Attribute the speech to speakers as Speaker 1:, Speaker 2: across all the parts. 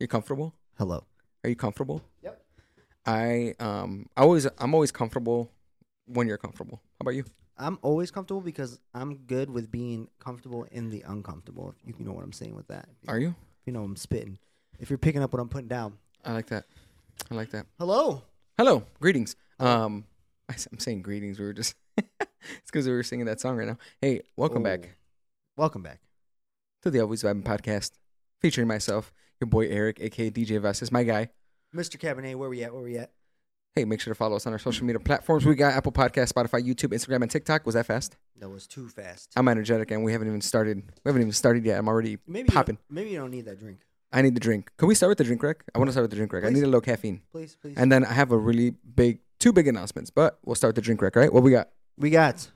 Speaker 1: You're comfortable?
Speaker 2: Hello.
Speaker 1: Are you comfortable?
Speaker 2: Yep.
Speaker 1: I um I always I'm always comfortable when you're comfortable. How about you?
Speaker 2: I'm always comfortable because I'm good with being comfortable in the uncomfortable. If you you know what I'm saying with that. If
Speaker 1: Are you?
Speaker 2: you know I'm spitting. If you're picking up what I'm putting down.
Speaker 1: I like that. I like that.
Speaker 2: Hello.
Speaker 1: Hello, greetings. Um, I, am saying greetings. We were just it's because we were singing that song right now. Hey, welcome
Speaker 2: Oh.
Speaker 1: back
Speaker 2: Welcome back.
Speaker 1: to the Always Vibing podcast, featuring myself, your boy Eric, aka DJ Vestas, my guy.
Speaker 2: Mr. Cabernet, where we at? Where we at?
Speaker 1: Hey, make sure to follow us on our social media platforms. We got Apple Podcast, Spotify, YouTube, Instagram, and TikTok. Was that fast?
Speaker 2: That was too fast.
Speaker 1: I'm energetic, and we haven't even started. We haven't even started yet. I'm already
Speaker 2: maybe you don't-
Speaker 1: popping.
Speaker 2: maybe you don't need that drink.
Speaker 1: I need the drink. Can we start with the drink rec? I want to start with the drink rec. I
Speaker 2: Please.
Speaker 1: need a low caffeine,
Speaker 2: Please, please.
Speaker 1: and then I have a really big, two big announcements. But we'll start with the drink rec. Right? What we got?
Speaker 2: We got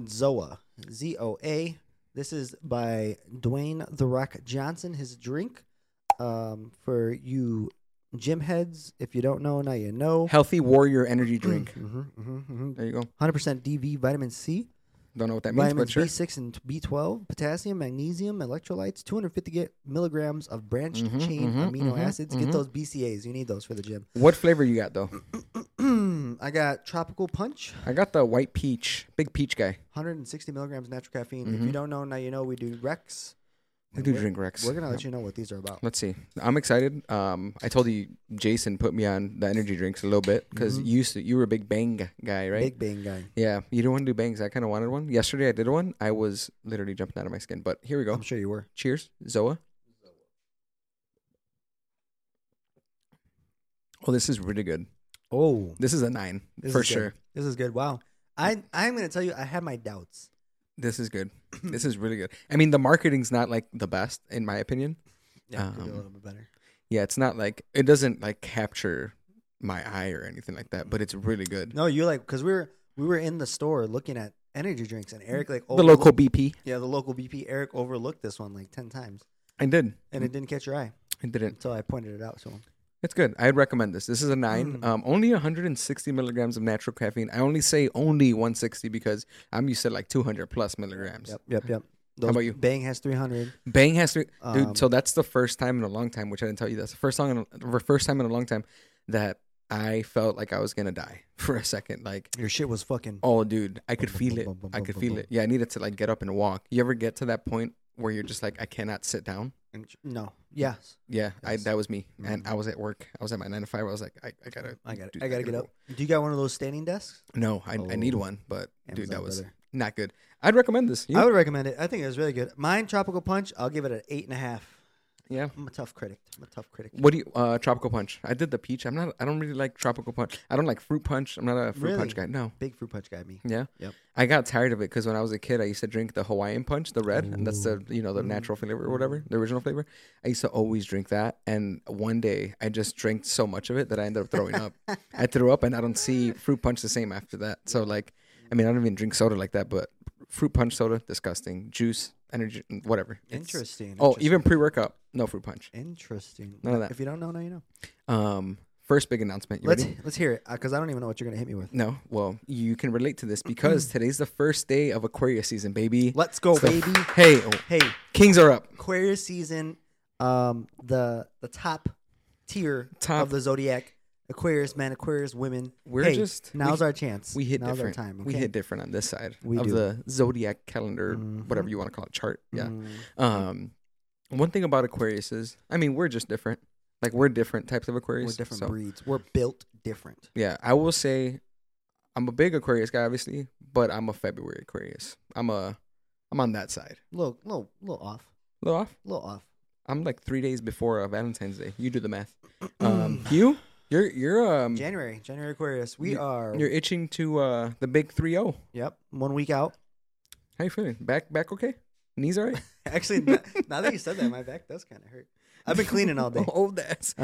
Speaker 2: Zoa, Z O A. This is by Dwayne The Rock Johnson. His drink um, for you gym heads. If you don't know, now you know.
Speaker 1: Healthy Warrior Energy Drink.
Speaker 2: hmm
Speaker 1: mm-hmm,
Speaker 2: hmm hmm
Speaker 1: There you go.
Speaker 2: 100% DV, vitamin C,
Speaker 1: Don't know what that means, but
Speaker 2: vitamins
Speaker 1: sure.
Speaker 2: B6 and B12, potassium, magnesium, electrolytes, 250 ge- milligrams of branched
Speaker 1: Mhm,
Speaker 2: chain
Speaker 1: mhm,
Speaker 2: amino
Speaker 1: mhm,
Speaker 2: acids.
Speaker 1: mhm.
Speaker 2: Get those BCAs. You need those for the gym.
Speaker 1: What flavor you got though?
Speaker 2: I got tropical punch,
Speaker 1: I got the white peach, big peach guy.
Speaker 2: 160 milligrams natural caffeine. If
Speaker 1: Mhm.
Speaker 2: you don't know, now you know we do Rex.
Speaker 1: I do
Speaker 2: We're-
Speaker 1: drink Rex.
Speaker 2: We're gonna let you know what these are about.
Speaker 1: Let's see. I'm excited. Um, I told you Jason put me on the energy drinks a little bit because
Speaker 2: Mhm.
Speaker 1: you used to, you were a big bang guy, right?
Speaker 2: Big Bang Guy.
Speaker 1: Yeah, you don't want to do bangs. I kind of wanted one. Yesterday I did one. I was literally jumping out of my skin. But here we go.
Speaker 2: I'm sure you were.
Speaker 1: Cheers, Zoa. Oh, this is really good.
Speaker 2: Oh,
Speaker 1: This is a nine
Speaker 2: this
Speaker 1: for
Speaker 2: is good.
Speaker 1: sure.
Speaker 2: This is good. Wow. I I'm gonna tell you, I had my doubts.
Speaker 1: This is good. this is really good. I mean, the marketing's not like the best in my opinion.
Speaker 2: Yeah, could do a
Speaker 1: Um,
Speaker 2: little bit better.
Speaker 1: Yeah, it's not like it doesn't like capture my eye or anything like that, but it's really good.
Speaker 2: No, you like because we were we were in the store looking at energy drinks, and Eric like
Speaker 1: the
Speaker 2: overlooked-
Speaker 1: local BP,
Speaker 2: Yeah, the local BP. Eric overlooked this one like ten times,
Speaker 1: I did,
Speaker 2: and it didn't catch your eye
Speaker 1: I didn't.
Speaker 2: until I pointed it out to him.
Speaker 1: It's good. I'd recommend this. This is a nine.
Speaker 2: Mm.
Speaker 1: Um, only 160 milligrams of natural caffeine. I only say only 160 because I'm used to like 200 plus milligrams.
Speaker 2: Yep, yep, yep. Those-
Speaker 1: about you?
Speaker 2: Bang has three hundred.
Speaker 1: Bang has to,
Speaker 2: Um,
Speaker 1: dude. So that's the first time in a long time, which I didn't tell you. That's the first song, in a, first time in a long time that I felt like I was gonna die for a second. Like
Speaker 2: Your shit was fucking.
Speaker 1: Oh, dude, I could
Speaker 2: Bum, bum,
Speaker 1: feel
Speaker 2: bum,
Speaker 1: it.
Speaker 2: bum, bum,
Speaker 1: I
Speaker 2: bum,
Speaker 1: could
Speaker 2: bum,
Speaker 1: feel
Speaker 2: bum.
Speaker 1: it. Yeah, I needed to like get up and walk. You ever get to that point where you're just like, I cannot sit down?
Speaker 2: No. Yes.
Speaker 1: Yeah, I,
Speaker 2: Yes.
Speaker 1: that was me. And
Speaker 2: Mhm.
Speaker 1: I was at work. I was at my nine to five. I was like, I, I gotta,
Speaker 2: I got.
Speaker 1: dude,
Speaker 2: I gotta get
Speaker 1: go.
Speaker 2: up. Do you got one of those standing desks?
Speaker 1: No, I, I need
Speaker 2: Oh.
Speaker 1: one, but dude, that
Speaker 2: Amazon,
Speaker 1: was
Speaker 2: brother.
Speaker 1: not good. I'd recommend this. You?
Speaker 2: I would recommend it. I think it was really good. Mine tropical punch. I'll give it an eight and a half.
Speaker 1: yeah.
Speaker 2: I'm a tough critic. I'm a tough critic.
Speaker 1: What do you? Uh, tropical punch. I did the peach. I'm not. I don't really like tropical punch. I don't like fruit punch. I'm not a fruit punch guy.
Speaker 2: Really?
Speaker 1: No.
Speaker 2: Big fruit punch guy. Me.
Speaker 1: Yeah.
Speaker 2: Yep.
Speaker 1: I got tired of it because when I was a kid, I used to drink the Hawaiian Punch, the red, and that's the you know the natural
Speaker 2: Mm-hmm.
Speaker 1: flavor or whatever, the original flavor. I used to always drink that, and one day I just drank so much of it that I ended up throwing up. I threw up, and I don't see fruit punch the same after that. So like, I mean, I don't even drink soda like that, but fruit punch soda, disgusting. Juice, energy, mm, whatever. It's-
Speaker 2: Interesting.
Speaker 1: Oh, even pre workout, no fruit punch.
Speaker 2: interesting.
Speaker 1: None of that.
Speaker 2: If you don't know, now you know.
Speaker 1: Um, first big announcement. You
Speaker 2: let's
Speaker 1: ready?
Speaker 2: let's hear it because I don't even know what you're gonna hit me with.
Speaker 1: No, well, you can relate to this because today's the first day of Aquarius season, baby.
Speaker 2: Let's go,
Speaker 1: So-
Speaker 2: baby.
Speaker 1: Hey, oh,
Speaker 2: Hey,
Speaker 1: Kings are up.
Speaker 2: Aquarius season. Um, the the top tier
Speaker 1: Top.
Speaker 2: of the zodiac. Aquarius men, Aquarius women.
Speaker 1: We're
Speaker 2: Hey,
Speaker 1: just- we-
Speaker 2: now's our chance.
Speaker 1: We hit
Speaker 2: now's
Speaker 1: different.
Speaker 2: our time.
Speaker 1: We
Speaker 2: okay?
Speaker 1: hit different on this side
Speaker 2: We
Speaker 1: of
Speaker 2: do. Mm-hmm.
Speaker 1: the zodiac calendar, whatever you want to call it, chart. Yeah.
Speaker 2: Mm,
Speaker 1: Um, one thing about Aquarius is, I mean, we're just different. Like we're different types of Aquarius.
Speaker 2: We're different
Speaker 1: so-
Speaker 2: breeds. We're built different.
Speaker 1: Yeah, I will say, I'm a big Aquarius guy, obviously, but I'm a February Aquarius. I'm a, I'm on that side.
Speaker 2: Little little little off.
Speaker 1: little off.
Speaker 2: Little off.
Speaker 1: I'm like three days before uh, Valentine's Day. You do the math. Um, you, you're you're um
Speaker 2: January, January Aquarius. We
Speaker 1: You-
Speaker 2: are.
Speaker 1: you're itching to uh the big three zero.
Speaker 2: yep, one week out.
Speaker 1: How you feeling? Back back okay? Knees alright?
Speaker 2: Actually, now, now that you said that, my back does kind of hurt. I've been cleaning all day.
Speaker 1: Oh, that's.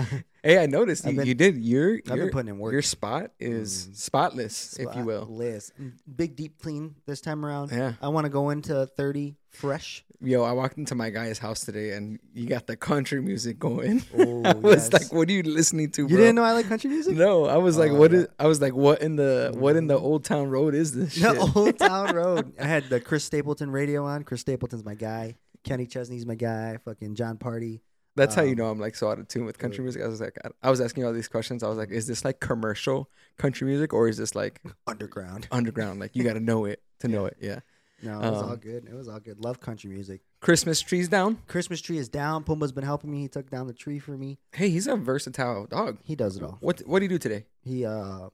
Speaker 1: Hey, I noticed
Speaker 2: I've
Speaker 1: you,
Speaker 2: been-
Speaker 1: you did. Your
Speaker 2: I've
Speaker 1: your,
Speaker 2: been putting in work. Mm-hmm.
Speaker 1: your spot is spotless, if you will.
Speaker 2: Liz, Mm, big deep clean this time around.
Speaker 1: Yeah.
Speaker 2: I want to go into thirty fresh.
Speaker 1: Yo, I walked into my guy's house today, and you got the country music going.
Speaker 2: Oh,
Speaker 1: I was
Speaker 2: yes.
Speaker 1: like, "What are you listening to?"
Speaker 2: You
Speaker 1: bro?
Speaker 2: didn't know I like country music?
Speaker 1: No, I was like,
Speaker 2: Oh, Mm-hmm.
Speaker 1: "What
Speaker 2: yeah.
Speaker 1: is?" I was like, "What in the what in the old town road is this?" Shit?
Speaker 2: The Old Town Road. I had the Chris Stapleton radio on. Chris Stapleton's my guy. Kenny Chesney's my guy. Fucking John Party.
Speaker 1: That's how you
Speaker 2: Um,
Speaker 1: know I'm like so out of tune with country
Speaker 2: good.
Speaker 1: music. I was like, I- I was asking all these questions. I was like, is this like commercial country music or is this like
Speaker 2: Underground.
Speaker 1: underground? Like you got to know it to know it. Yeah.
Speaker 2: No, it was all
Speaker 1: Um,
Speaker 2: good. It was all good. Love country music.
Speaker 1: Christmas trees down.
Speaker 2: Christmas tree is down. Pumbaa's been helping me. He took down the tree for me.
Speaker 1: Hey, he's a versatile dog.
Speaker 2: He does it all.
Speaker 1: What What do you do today?
Speaker 2: He uh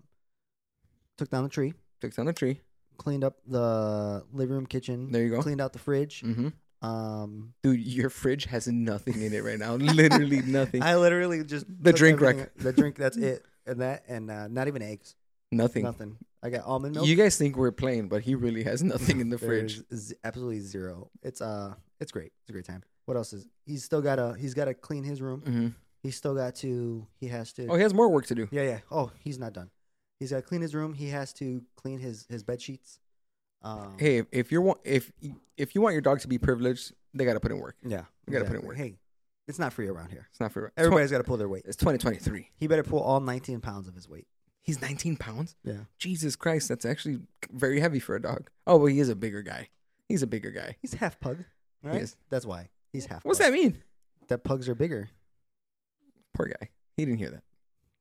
Speaker 2: took down the tree,
Speaker 1: Took down the tree.
Speaker 2: cleaned up the living room, kitchen.
Speaker 1: There you go.
Speaker 2: Cleaned out the fridge.
Speaker 1: Mm-hmm.
Speaker 2: Um,
Speaker 1: Dude, your fridge has nothing in it right now. Literally nothing.
Speaker 2: I literally just
Speaker 1: The
Speaker 2: took
Speaker 1: drink
Speaker 2: everything-
Speaker 1: wreck.
Speaker 2: The drink. That's it. And that, and uh, not even eggs.
Speaker 1: nothing.
Speaker 2: Nothing. I got almond milk.
Speaker 1: You guys think we're playing, but he really has nothing in the fridge.
Speaker 2: There's z- absolutely zero. It's uh, it's great. It's a great time. What else is? He's still got to. He's got to clean his room.
Speaker 1: hmm
Speaker 2: He's still got to. He has to.
Speaker 1: Oh, he has more work to do.
Speaker 2: Yeah, yeah. Oh, he's not done. He's got to clean his room. He has to clean his his bed sheets. Um,
Speaker 1: Hey, if, if you're wa- if if you want your dog to be privileged, they got to put in work.
Speaker 2: yeah,
Speaker 1: we gotta put in
Speaker 2: exactly.
Speaker 1: work.
Speaker 2: Hey, it's not free around here.
Speaker 1: It's not for
Speaker 2: Everybody's got to pull their weight.
Speaker 1: It's 2023.
Speaker 2: He better pull all 19 pounds of his weight.
Speaker 1: He's 19 pounds.
Speaker 2: Yeah,
Speaker 1: Jesus Christ, that's actually very heavy for a dog. Oh, well, he is a bigger guy. He's a bigger guy.
Speaker 2: he's half pug. Right?
Speaker 1: is.
Speaker 2: That's why he's half.
Speaker 1: What's
Speaker 2: pug.
Speaker 1: that mean?
Speaker 2: That pugs are bigger.
Speaker 1: Poor guy. He didn't hear that.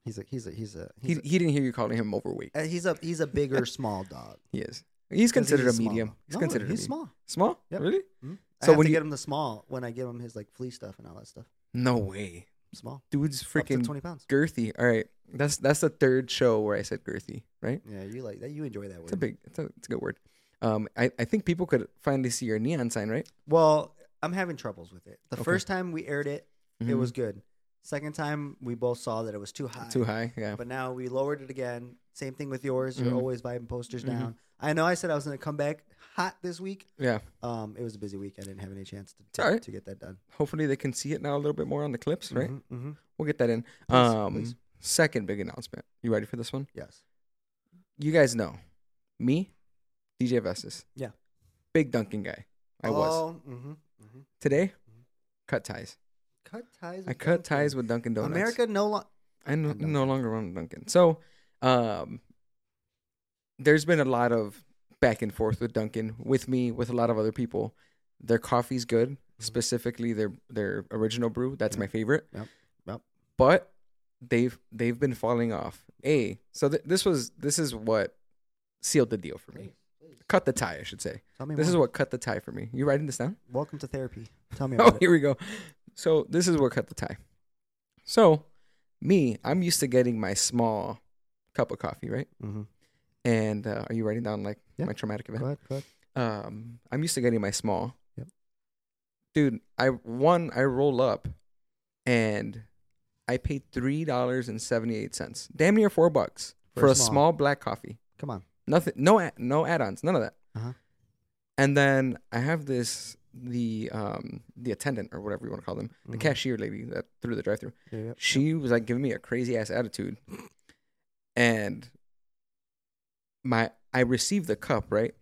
Speaker 2: He's a he's a he's a
Speaker 1: He,
Speaker 2: he's a,
Speaker 1: he didn't hear you calling him overweight.
Speaker 2: uh, he's a he's a bigger small dog.
Speaker 1: He is. He's
Speaker 2: 'Cause
Speaker 1: considered
Speaker 2: he's
Speaker 1: a
Speaker 2: small
Speaker 1: medium.
Speaker 2: dog.
Speaker 1: He's
Speaker 2: No,
Speaker 1: considered a
Speaker 2: he's
Speaker 1: medium.
Speaker 2: small.
Speaker 1: Small?
Speaker 2: Yep.
Speaker 1: Really?
Speaker 2: I
Speaker 1: So when
Speaker 2: have to
Speaker 1: you-
Speaker 2: get him the small when I give him his like flea stuff and all that stuff.
Speaker 1: No way.
Speaker 2: Small,
Speaker 1: Dude's
Speaker 2: up to
Speaker 1: freaking
Speaker 2: 20 pounds.
Speaker 1: girthy. All right. That's that's the third show where I said girthy, right?
Speaker 2: Yeah, you like that. You enjoy that word.
Speaker 1: It's a big it's a, it's a good word. Um I, I think people could finally see your neon sign, right?
Speaker 2: Well, I'm having troubles with it. The
Speaker 1: Okay.
Speaker 2: first time we aired it, it
Speaker 1: Mhm.
Speaker 2: was good. Second time, we both saw that it was too high.
Speaker 1: too high. Yeah.
Speaker 2: But now we lowered it again. Same thing with yours. You're
Speaker 1: Mhm.
Speaker 2: always vibing posters
Speaker 1: Mhm.
Speaker 2: down. I know I said I was going to come back hot this week.
Speaker 1: Yeah.
Speaker 2: Um, it was a busy week. I didn't have any chance to,
Speaker 1: all right.
Speaker 2: to get that done.
Speaker 1: Hopefully they can see it now a little bit more on the clips, right?
Speaker 2: Mhm, mhm.
Speaker 1: We'll get that in.
Speaker 2: Please,
Speaker 1: um
Speaker 2: please.
Speaker 1: second big announcement. You ready for this one?
Speaker 2: Yes.
Speaker 1: You guys know. Me, DJ Vestas.
Speaker 2: Yeah.
Speaker 1: Big dunking guy. I was.
Speaker 2: Oh, mhm, mhm.
Speaker 1: Today, cut ties.
Speaker 2: Cut ties.
Speaker 1: I
Speaker 2: with
Speaker 1: cut
Speaker 2: Dunkin'.
Speaker 1: ties with Dunkin' Donuts.
Speaker 2: America no longer.
Speaker 1: I no,
Speaker 2: Dunkin'
Speaker 1: no longer run Dunkin'. So, um, there's been a lot of back and forth with Dunkin', with me, with a lot of other people. Their coffee's good, specifically their their original brew. That's my favorite.
Speaker 2: Mm-hmm. Yep, yep.
Speaker 1: But they've they've been falling off. A so th- this was this is what sealed the deal for me. Cut the tie, I should say.
Speaker 2: Tell me
Speaker 1: This is
Speaker 2: more.
Speaker 1: what cut the tie for me. You writing this down?
Speaker 2: Welcome to therapy. Tell me
Speaker 1: Oh,
Speaker 2: about it.
Speaker 1: here we go. So this is what cut the tie. So me, I'm used to getting my small cup of coffee, right?
Speaker 2: Mhm.
Speaker 1: And uh, are you writing down like
Speaker 2: Yeah.
Speaker 1: my traumatic
Speaker 2: Go
Speaker 1: event?
Speaker 2: ahead. Go ahead.
Speaker 1: Um, I'm used to getting my small.
Speaker 2: Yep.
Speaker 1: Dude, I one I roll up, and I paid three dollars and seventy eight cents, damn near four bucks for, a small. black coffee.
Speaker 2: Come on.
Speaker 1: Nothing, no, a- no add-ons, none of that.
Speaker 2: Uh-huh.
Speaker 1: And then I have this the um the attendant or whatever you want to call them the
Speaker 2: Mhm.
Speaker 1: cashier lady that through the drive-through.
Speaker 2: Yeah, yeah.
Speaker 1: She was like giving me a crazy ass attitude, and my I received the cup right,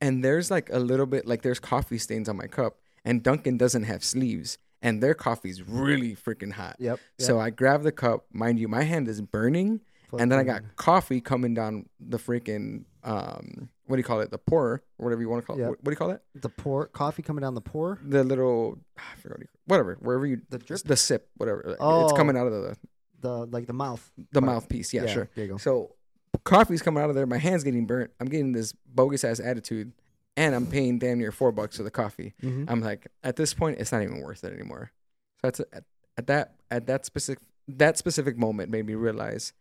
Speaker 1: and there's like a little bit like there's coffee stains on my cup, and Duncan doesn't have sleeves, and their coffee's really freaking hot.
Speaker 2: Yep.
Speaker 1: So I grab the cup, mind you, my hand is burning, and then I got coffee coming down the freaking um what do you call it the pourer or whatever you want to call
Speaker 2: Yeah.
Speaker 1: it. What do you call it?
Speaker 2: the pour coffee coming down the pour.
Speaker 1: The little ah, I forgot what you- whatever wherever you
Speaker 2: The drip?
Speaker 1: the sip whatever it's
Speaker 2: Oh.
Speaker 1: coming out of the
Speaker 2: The like the mouth.
Speaker 1: the
Speaker 2: Right.
Speaker 1: mouthpiece. Yeah, sure.
Speaker 2: There you go.
Speaker 1: So coffee's coming out of there. My hand's getting burnt. I'm getting this bogus ass attitude, and I'm paying damn near four bucks for the coffee.
Speaker 2: Mhm.
Speaker 1: I'm like, at this point, it's not even worth it anymore. So that's at, at that at that specific that specific moment made me realize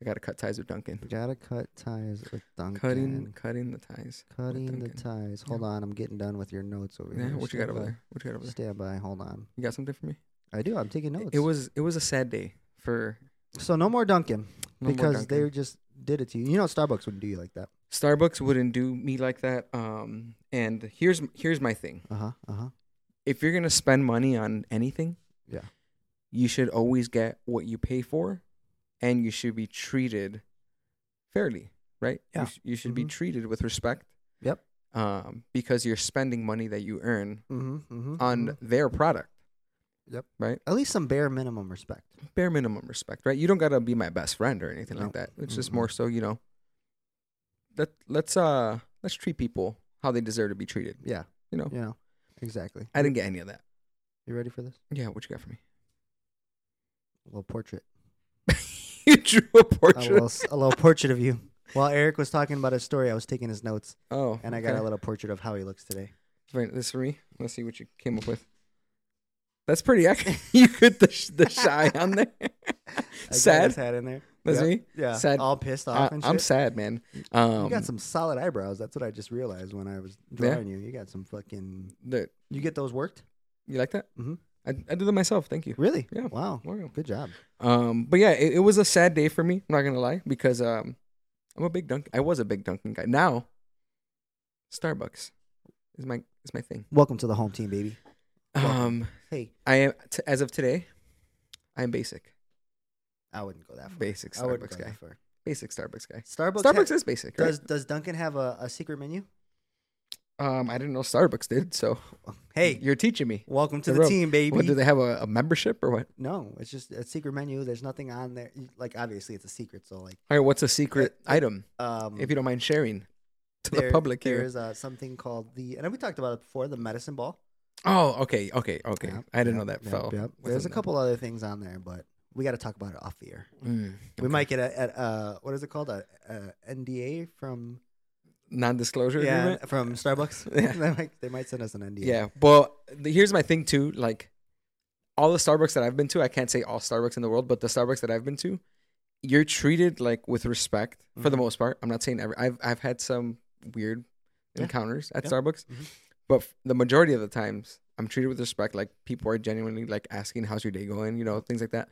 Speaker 1: I gotta cut ties with Duncan.
Speaker 2: Gotta cut ties with Duncan.
Speaker 1: Cutting
Speaker 2: Cutting,
Speaker 1: cutting the ties.
Speaker 2: the
Speaker 1: Duncan.
Speaker 2: ties. Hold on, I'm getting done with your notes over
Speaker 1: Yeah,
Speaker 2: here.
Speaker 1: what you got over there? What you got over there?
Speaker 2: Stand by. Hold on.
Speaker 1: You got something for me?
Speaker 2: I do. I'm taking
Speaker 1: It-
Speaker 2: notes.
Speaker 1: It was it was a sad day for
Speaker 2: so no more Duncan
Speaker 1: no more
Speaker 2: because
Speaker 1: Duncan.
Speaker 2: they just did it to you. You know Starbucks wouldn't do you like that.
Speaker 1: Starbucks wouldn't do me like that. Um, and here's here's my thing.
Speaker 2: Uh huh. Uh
Speaker 1: uh-huh.
Speaker 2: huh.
Speaker 1: if you're gonna spend money on anything,
Speaker 2: Yeah.
Speaker 1: you should always get what you pay for, and you should be treated fairly, right? You
Speaker 2: Yeah.
Speaker 1: sh- You, should be
Speaker 2: Mhm.
Speaker 1: treated with respect.
Speaker 2: Yep.
Speaker 1: Um, because you're spending money that you earn
Speaker 2: Mm-hmm, mm-hmm,
Speaker 1: on their product,
Speaker 2: at least some bare minimum respect.
Speaker 1: bare minimum respect, right? You don't gotta be my best friend or anything like
Speaker 2: No. Mm-hmm.
Speaker 1: that. It's just
Speaker 2: Mm-mm.
Speaker 1: more so, you know. Let let's uh let's treat people how they deserve to be treated.
Speaker 2: Yeah.
Speaker 1: You know.
Speaker 2: You know. Exactly.
Speaker 1: I didn't get any of that.
Speaker 2: You ready for this?
Speaker 1: Yeah, what you got for me?
Speaker 2: A little portrait.
Speaker 1: you drew a
Speaker 2: A
Speaker 1: portrait.
Speaker 2: little, s- a little portrait of you. While Eric was talking about his story, I was taking his notes,
Speaker 1: Oh,
Speaker 2: and I got a little portrait of how he looks today.
Speaker 1: Wait, this for me. Let's see what you came up with. That's pretty accurate. you put the sh- the shy on there.
Speaker 2: I got
Speaker 1: Sad.
Speaker 2: his hat in there.
Speaker 1: That's
Speaker 2: Yep.
Speaker 1: me.
Speaker 2: Yeah.
Speaker 1: Sad.
Speaker 2: All pissed
Speaker 1: I,
Speaker 2: off and shit.
Speaker 1: I'm sad, man. Um,
Speaker 2: you got some solid eyebrows. That's what I just realized when I was
Speaker 1: Yeah.
Speaker 2: drawing you. You got some fucking.
Speaker 1: the-
Speaker 2: You get those worked?
Speaker 1: you like that?
Speaker 2: Mhm.
Speaker 1: I I do that myself. Thank you.
Speaker 2: Really?
Speaker 1: Yeah.
Speaker 2: Wow.
Speaker 1: Welcome.
Speaker 2: Good job.
Speaker 1: Um, but yeah, it, it was a sad day for me. I'm not gonna lie because um, I'm a big dunk. I was a big Dunkin' guy. Now, Starbucks is my is my thing.
Speaker 2: Welcome to the home team, baby.
Speaker 1: Um,
Speaker 2: Hey,
Speaker 1: I am t- as of today, I'm basic,
Speaker 2: I wouldn't go that far.
Speaker 1: basic
Speaker 2: I wouldn't
Speaker 1: Starbucks
Speaker 2: go
Speaker 1: guy,
Speaker 2: that far.
Speaker 1: basic Starbucks guy.
Speaker 2: Starbucks.
Speaker 1: Starbucks
Speaker 2: ha-
Speaker 1: is basic, right?
Speaker 2: does does Duncan have a, a secret menu?
Speaker 1: Um, I didn't know Starbucks did. So
Speaker 2: Hey,
Speaker 1: you're teaching me.
Speaker 2: welcome to
Speaker 1: Oh, Hey,
Speaker 2: the
Speaker 1: bro,
Speaker 2: team, baby.
Speaker 1: What do they have a, a membership or what?
Speaker 2: no, it's just a secret menu. There's nothing on there. You- Like obviously, it's a secret. So like,
Speaker 1: All right, what's a secret
Speaker 2: Uh, uh,
Speaker 1: item
Speaker 2: um,
Speaker 1: if you don't mind sharing to
Speaker 2: there-
Speaker 1: the public
Speaker 2: there
Speaker 1: here?
Speaker 2: is uh, something called the and we talked about it before the medicine ball.
Speaker 1: Oh, okay, okay, okay.
Speaker 2: Yep,
Speaker 1: I didn't
Speaker 2: yep,
Speaker 1: know that
Speaker 2: yep,
Speaker 1: fell.
Speaker 2: yep. There's a
Speaker 1: within the-
Speaker 2: couple other things on there, but we got to talk about it off the air.
Speaker 1: Mm,
Speaker 2: We
Speaker 1: okay.
Speaker 2: might get a, at uh what is it called a, a NDA from
Speaker 1: non-disclosure
Speaker 2: yeah
Speaker 1: agreement.
Speaker 2: from Starbucks.
Speaker 1: Yeah.
Speaker 2: they might they might send us an NDA.
Speaker 1: Yeah, but the, here's my thing too. Like all the Starbucks that I've been to, I can't say all Starbucks in the world, but the Starbucks that I've been to, you're treated like with respect for the
Speaker 2: Mhm.
Speaker 1: most part. I'm not saying every. I've I've had some weird
Speaker 2: Yeah.
Speaker 1: encounters at
Speaker 2: Yeah.
Speaker 1: Starbucks,
Speaker 2: Mhm.
Speaker 1: but f- the majority of the times, I'm treated with respect. Like people are genuinely like asking, "How's your day going?" You know, things like that.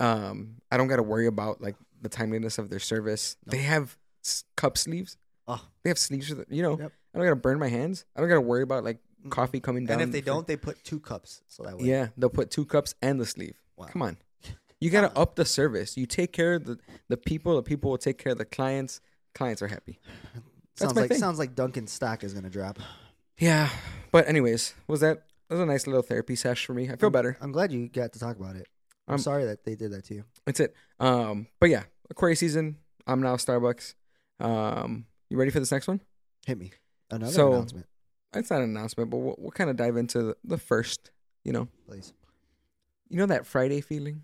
Speaker 1: Um, I don't got to worry about like the timeliness of their service.
Speaker 2: No.
Speaker 1: They have s- cup sleeves.
Speaker 2: Oh.
Speaker 1: They have sleeves for the, you know.
Speaker 2: Yep.
Speaker 1: I don't gotta burn my hands. I don't gotta worry about like
Speaker 2: Mm.
Speaker 1: coffee coming down.
Speaker 2: And if they
Speaker 1: for-
Speaker 2: don't, they put two cups. So that way,
Speaker 1: yeah, they'll put two cups and the sleeve.
Speaker 2: Wow.
Speaker 1: Come on, you gotta
Speaker 2: Come on.
Speaker 1: up the service. You take care of the the people. The people will take care of the clients. Clients are happy. That's
Speaker 2: sounds
Speaker 1: my
Speaker 2: like
Speaker 1: thing.
Speaker 2: sounds like Duncan's stock is gonna drop.
Speaker 1: Yeah, but anyways, was that that was a nice little therapy sesh for me. I feel better.
Speaker 2: I'm glad you got to talk about it. I'm
Speaker 1: Um,
Speaker 2: sorry that they did that to you.
Speaker 1: That's it. Um, but yeah, Aquarius season. I'm now Starbucks. Um, you ready for this next one?
Speaker 2: Hit me. Another
Speaker 1: So-
Speaker 2: announcement,
Speaker 1: It's not an announcement, but we'll, we'll kind of dive into the, the first. You know,
Speaker 2: please.
Speaker 1: you know that Friday feeling.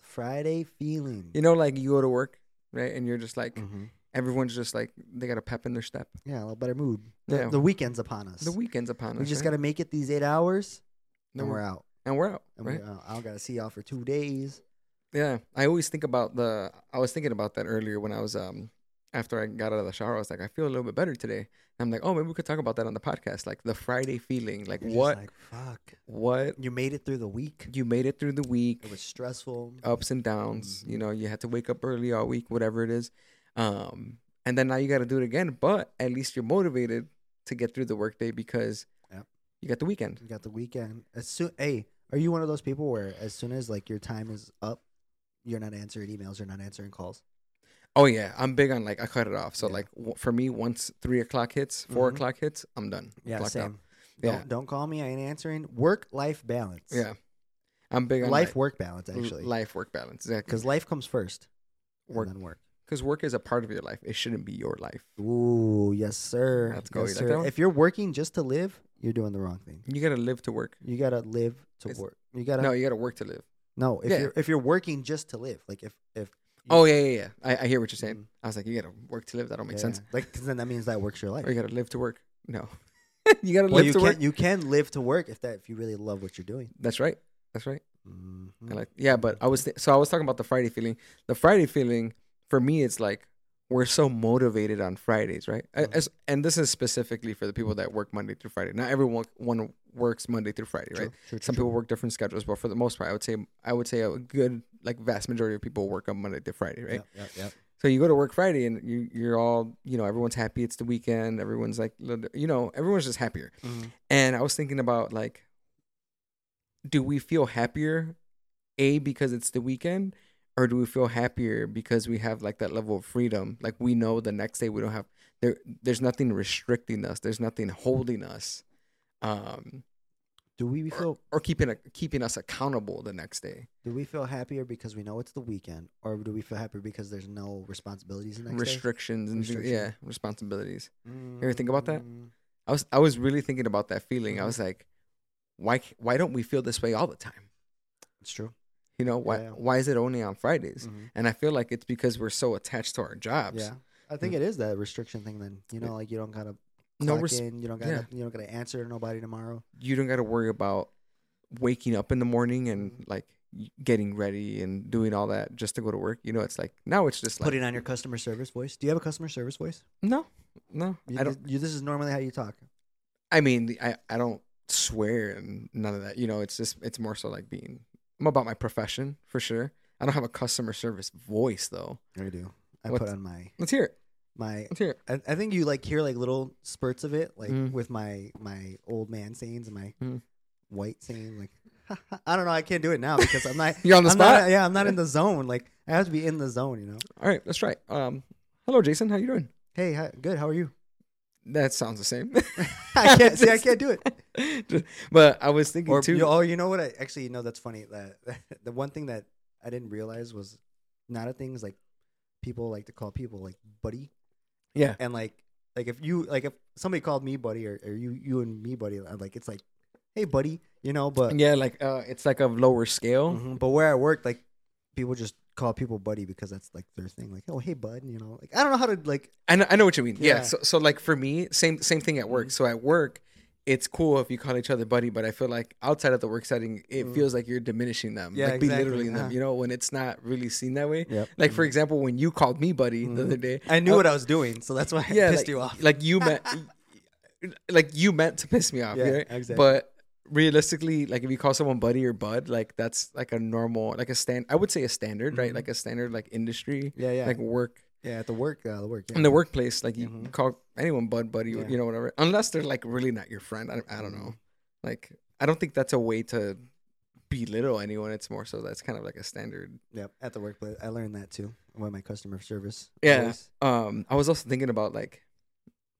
Speaker 2: Friday feeling.
Speaker 1: You know, like you go to work, right, and you're just like
Speaker 2: Mhm.
Speaker 1: everyone's just like they got a pep in their step.
Speaker 2: Yeah, a little better mood. The,
Speaker 1: Yeah.
Speaker 2: the weekend's upon us.
Speaker 1: The weekend's upon us.
Speaker 2: we just
Speaker 1: right?
Speaker 2: gotta make it these eight hours,
Speaker 1: No,
Speaker 2: and
Speaker 1: we're-
Speaker 2: we're out.
Speaker 1: and we're out,
Speaker 2: And
Speaker 1: right?
Speaker 2: we're out. I don't gotta see y'all for two days.
Speaker 1: Yeah, I always think about the. I was thinking about that earlier when I was um after I got out of the shower. I was like, I feel a little bit better today. And I'm like, oh, maybe we could talk about that on the podcast, like the Friday feeling, like
Speaker 2: You're just
Speaker 1: what
Speaker 2: like, fuck.
Speaker 1: what
Speaker 2: You made it through the week.
Speaker 1: you made it through the week,
Speaker 2: It was stressful.
Speaker 1: ups and downs.
Speaker 2: Mhm.
Speaker 1: You know, you had to wake up early all week, whatever it is, um, and then now you got to do it again. But at least you're motivated to get through the workday because
Speaker 2: Yep.
Speaker 1: you got the weekend.
Speaker 2: You got the weekend. As soon, hey, are you one of those people where as soon as like your time is up, you're not answering emails, you're not answering calls?
Speaker 1: Oh yeah, I'm big on like I cut it off. So
Speaker 2: Yeah.
Speaker 1: like w- for me, once three o'clock hits, 4
Speaker 2: Mhm.
Speaker 1: o'clock hits, I'm done. Clocked out.
Speaker 2: Don't,
Speaker 1: Yeah.
Speaker 2: don't call me. I ain't answering. Work life balance.
Speaker 1: Yeah, I'm big on
Speaker 2: Life
Speaker 1: like,
Speaker 2: work balance
Speaker 1: l-
Speaker 2: actually.
Speaker 1: life work balance. Exactly,
Speaker 2: Because life comes first.
Speaker 1: Work.
Speaker 2: And then work.
Speaker 1: because work is a part of your life. It shouldn't be your life.
Speaker 2: Ooh, yes, sir.
Speaker 1: Let's go.
Speaker 2: Yes,
Speaker 1: You like
Speaker 2: sir.
Speaker 1: that one?
Speaker 2: if you're working just to live, you're doing the wrong thing.
Speaker 1: You gotta live to work.
Speaker 2: You gotta live to
Speaker 1: It's-
Speaker 2: work. You gotta
Speaker 1: No,
Speaker 2: no.
Speaker 1: you gotta work to live.
Speaker 2: if
Speaker 1: Yeah.
Speaker 2: you're if you're working just to live, like if if
Speaker 1: Oh yeah, yeah, yeah. I, I hear what you're saying.
Speaker 2: Mhm.
Speaker 1: I was like, you gotta work to live. That don't make
Speaker 2: yeah,
Speaker 1: sense.
Speaker 2: Like 'cause then that means that works your life.
Speaker 1: Or you gotta live to work. No, you gotta
Speaker 2: Well,
Speaker 1: live
Speaker 2: you
Speaker 1: to
Speaker 2: can
Speaker 1: work.
Speaker 2: you can live to work if that if you really love what you're doing.
Speaker 1: That's right. That's right.
Speaker 2: Mm-hmm.
Speaker 1: I like yeah, but I was th- so I was talking about the Friday feeling. The Friday feeling for me, it's like we're so motivated on Fridays, right? A-
Speaker 2: Mhm.
Speaker 1: As, and this is specifically for the people that work Monday through Friday. Not everyone one works Monday through Friday, right? Some people work different schedules, but for the most part, I would say I would say a good like vast majority of people work on Monday to Friday, right?
Speaker 2: Yep, yep,
Speaker 1: So you go to work Friday and you you're all you know everyone's happy. It's the weekend. Everyone's like little- you know everyone's just happier.
Speaker 2: yep.
Speaker 1: And I was thinking about like, do we feel happier, a because it's the weekend, or do we feel happier because we have like that level of freedom? Like we know the next day we don't have there. There's nothing restricting us. There's nothing holding us, um,
Speaker 2: Do we feel
Speaker 1: or keeping keeping us accountable the next day.
Speaker 2: do we feel happier because we know it's the weekend, or do we feel happier because there's no responsibilities the next day? Mm-hmm.
Speaker 1: Restrictions and
Speaker 2: Restriction.
Speaker 1: yeah, responsibilities.
Speaker 2: You
Speaker 1: ever think about that? I was I was really thinking about that feeling. I
Speaker 2: Mhm.
Speaker 1: was like, why c- why don't we feel this way all the time?
Speaker 2: It's true.
Speaker 1: You know why?
Speaker 2: Yeah.
Speaker 1: Why is it only on Fridays?
Speaker 2: Mhm.
Speaker 1: And I feel like it's because we're so attached to our jobs.
Speaker 2: Yeah. I think it is that restriction thing. Then you know, like you don't gotta
Speaker 1: Mm. No,
Speaker 2: clock
Speaker 1: res-
Speaker 2: in, you don't gotta
Speaker 1: yeah.
Speaker 2: you don't gotta answer to nobody tomorrow.
Speaker 1: you don't got to worry about waking up in the morning
Speaker 2: Mm-hmm.
Speaker 1: and like y- getting ready and doing all that just to go to work. You know, it's like now it's just like
Speaker 2: Putting on your customer service voice. mm. Do you have a customer service voice?
Speaker 1: no, no,
Speaker 2: You,
Speaker 1: I don't.
Speaker 2: You, this is normally how you talk.
Speaker 1: I mean, the- I I don't swear and none of that. You know, it's just it's more so like being. I'm about my profession for sure. I don't have a customer service voice though.
Speaker 2: I do. I
Speaker 1: What's-
Speaker 2: put on my
Speaker 1: Let's hear it.
Speaker 2: my
Speaker 1: Let's hear it.
Speaker 2: I, I think you like hear like little spurts of it, like
Speaker 1: Mm.
Speaker 2: with my my old man sayings and my
Speaker 1: Mm.
Speaker 2: white saying. Like I don't know, I can't do it now because I'm not.
Speaker 1: You're on the
Speaker 2: I'm
Speaker 1: spot.
Speaker 2: Not, yeah, I'm not in the zone. Like I have to be in the zone, you know.
Speaker 1: All right, let's try. it. Um, hello, Jason. How you doing?
Speaker 2: Hey, hi, good. How are you?
Speaker 1: That sounds the same.
Speaker 2: I can't see. I can't do it.
Speaker 1: Just- but I was thinking
Speaker 2: Or
Speaker 1: too.
Speaker 2: you- oh, you know what? I actually you know that's funny. That the one thing that I didn't realize was not a thing is like people like to call people like buddy.
Speaker 1: Yeah.
Speaker 2: and like like if you like if somebody called me buddy or, or you you and me buddy I'm like it's like hey buddy you know but
Speaker 1: yeah, like uh, it's like a lower scale.
Speaker 2: Mhm, but where I work like people just call people buddy because that's like their thing like oh hey bud you know like I don't know how to like
Speaker 1: I know, I know what you mean. Yeah.
Speaker 2: Yeah.
Speaker 1: So, so like for me, same same thing at work.
Speaker 2: Mm-hmm.
Speaker 1: So at work, it's cool if you call each other buddy, but I feel like outside of the work setting, it
Speaker 2: Mm.
Speaker 1: feels like you're diminishing them,
Speaker 2: Yeah,
Speaker 1: like
Speaker 2: exactly.
Speaker 1: belittling them.
Speaker 2: Uh-huh. Mm-hmm.
Speaker 1: You know, when it's not really seen that way.
Speaker 2: Yep.
Speaker 1: Like for example, when you called me buddy the other day,
Speaker 2: I knew what I was doing so that's why I
Speaker 1: Oh. yeah,
Speaker 2: pissed
Speaker 1: like,
Speaker 2: you off
Speaker 1: Like you meant, like you meant to piss me off.
Speaker 2: Yeah,
Speaker 1: Yeah,
Speaker 2: exactly.
Speaker 1: But realistically, like if you call someone buddy or bud, like that's like a normal, like a stand. I would say a standard, right?
Speaker 2: Mhm.
Speaker 1: Like a standard, like industry,
Speaker 2: yeah yeah
Speaker 1: like work
Speaker 2: yeah at the work uh, the work yeah.
Speaker 1: in the workplace, like you
Speaker 2: Mhm.
Speaker 1: you call anyone bud, buddy, or
Speaker 2: Yeah.
Speaker 1: you know, whatever. Unless they're like really not your friend. I, don't- I don't know.
Speaker 2: Mm-hmm.
Speaker 1: Like, I don't think that's a way to belittle anyone. It's more so that's kind of like a standard.
Speaker 2: Yep, at the workplace. I learned that too. When my customer service.
Speaker 1: Yeah.
Speaker 2: voice.
Speaker 1: Um, I was also thinking about like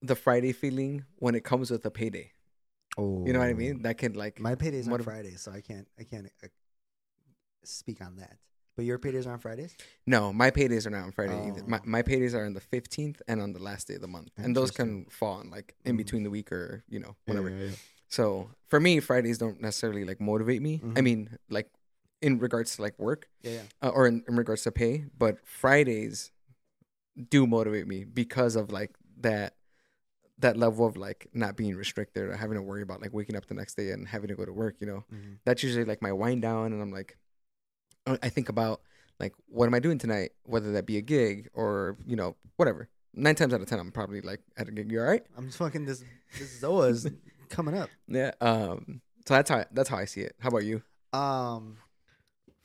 Speaker 1: the Friday feeling when it comes with a payday.
Speaker 2: Oh.
Speaker 1: You know what I mean? That can like
Speaker 2: My paydays are on
Speaker 1: Motiv-
Speaker 2: Fridays, so I can't. I can't uh, speak on that. But your paydays are on Fridays.
Speaker 1: no, my paydays are not on Friday either. My
Speaker 2: Oh.
Speaker 1: my paydays are on the fifteenth and on the last day of the month, and those
Speaker 2: Interesting.
Speaker 1: can fall on like in
Speaker 2: Mhm.
Speaker 1: between the week or you know whatever.
Speaker 2: Whatever.
Speaker 1: So for me, Fridays don't necessarily like motivate me. I
Speaker 2: Mhm.
Speaker 1: mean, like in regards to like work
Speaker 2: Yeah, yeah.
Speaker 1: uh, or in, in regards to pay, but Fridays do motivate me because of like that that level of like not being restricted or having to worry about like waking up the next day and having to go to work. You know,
Speaker 2: Mhm.
Speaker 1: that's usually like my wind down, and I'm like, I I think about like what am I doing tonight, whether that be a gig or you know whatever. Nine times out of ten, I'm probably like at a gig. You all right?
Speaker 2: I'm just fucking this. This Zoa is coming up.
Speaker 1: Yeah. Um. So that's how that's how I see it. How about you?
Speaker 2: Um,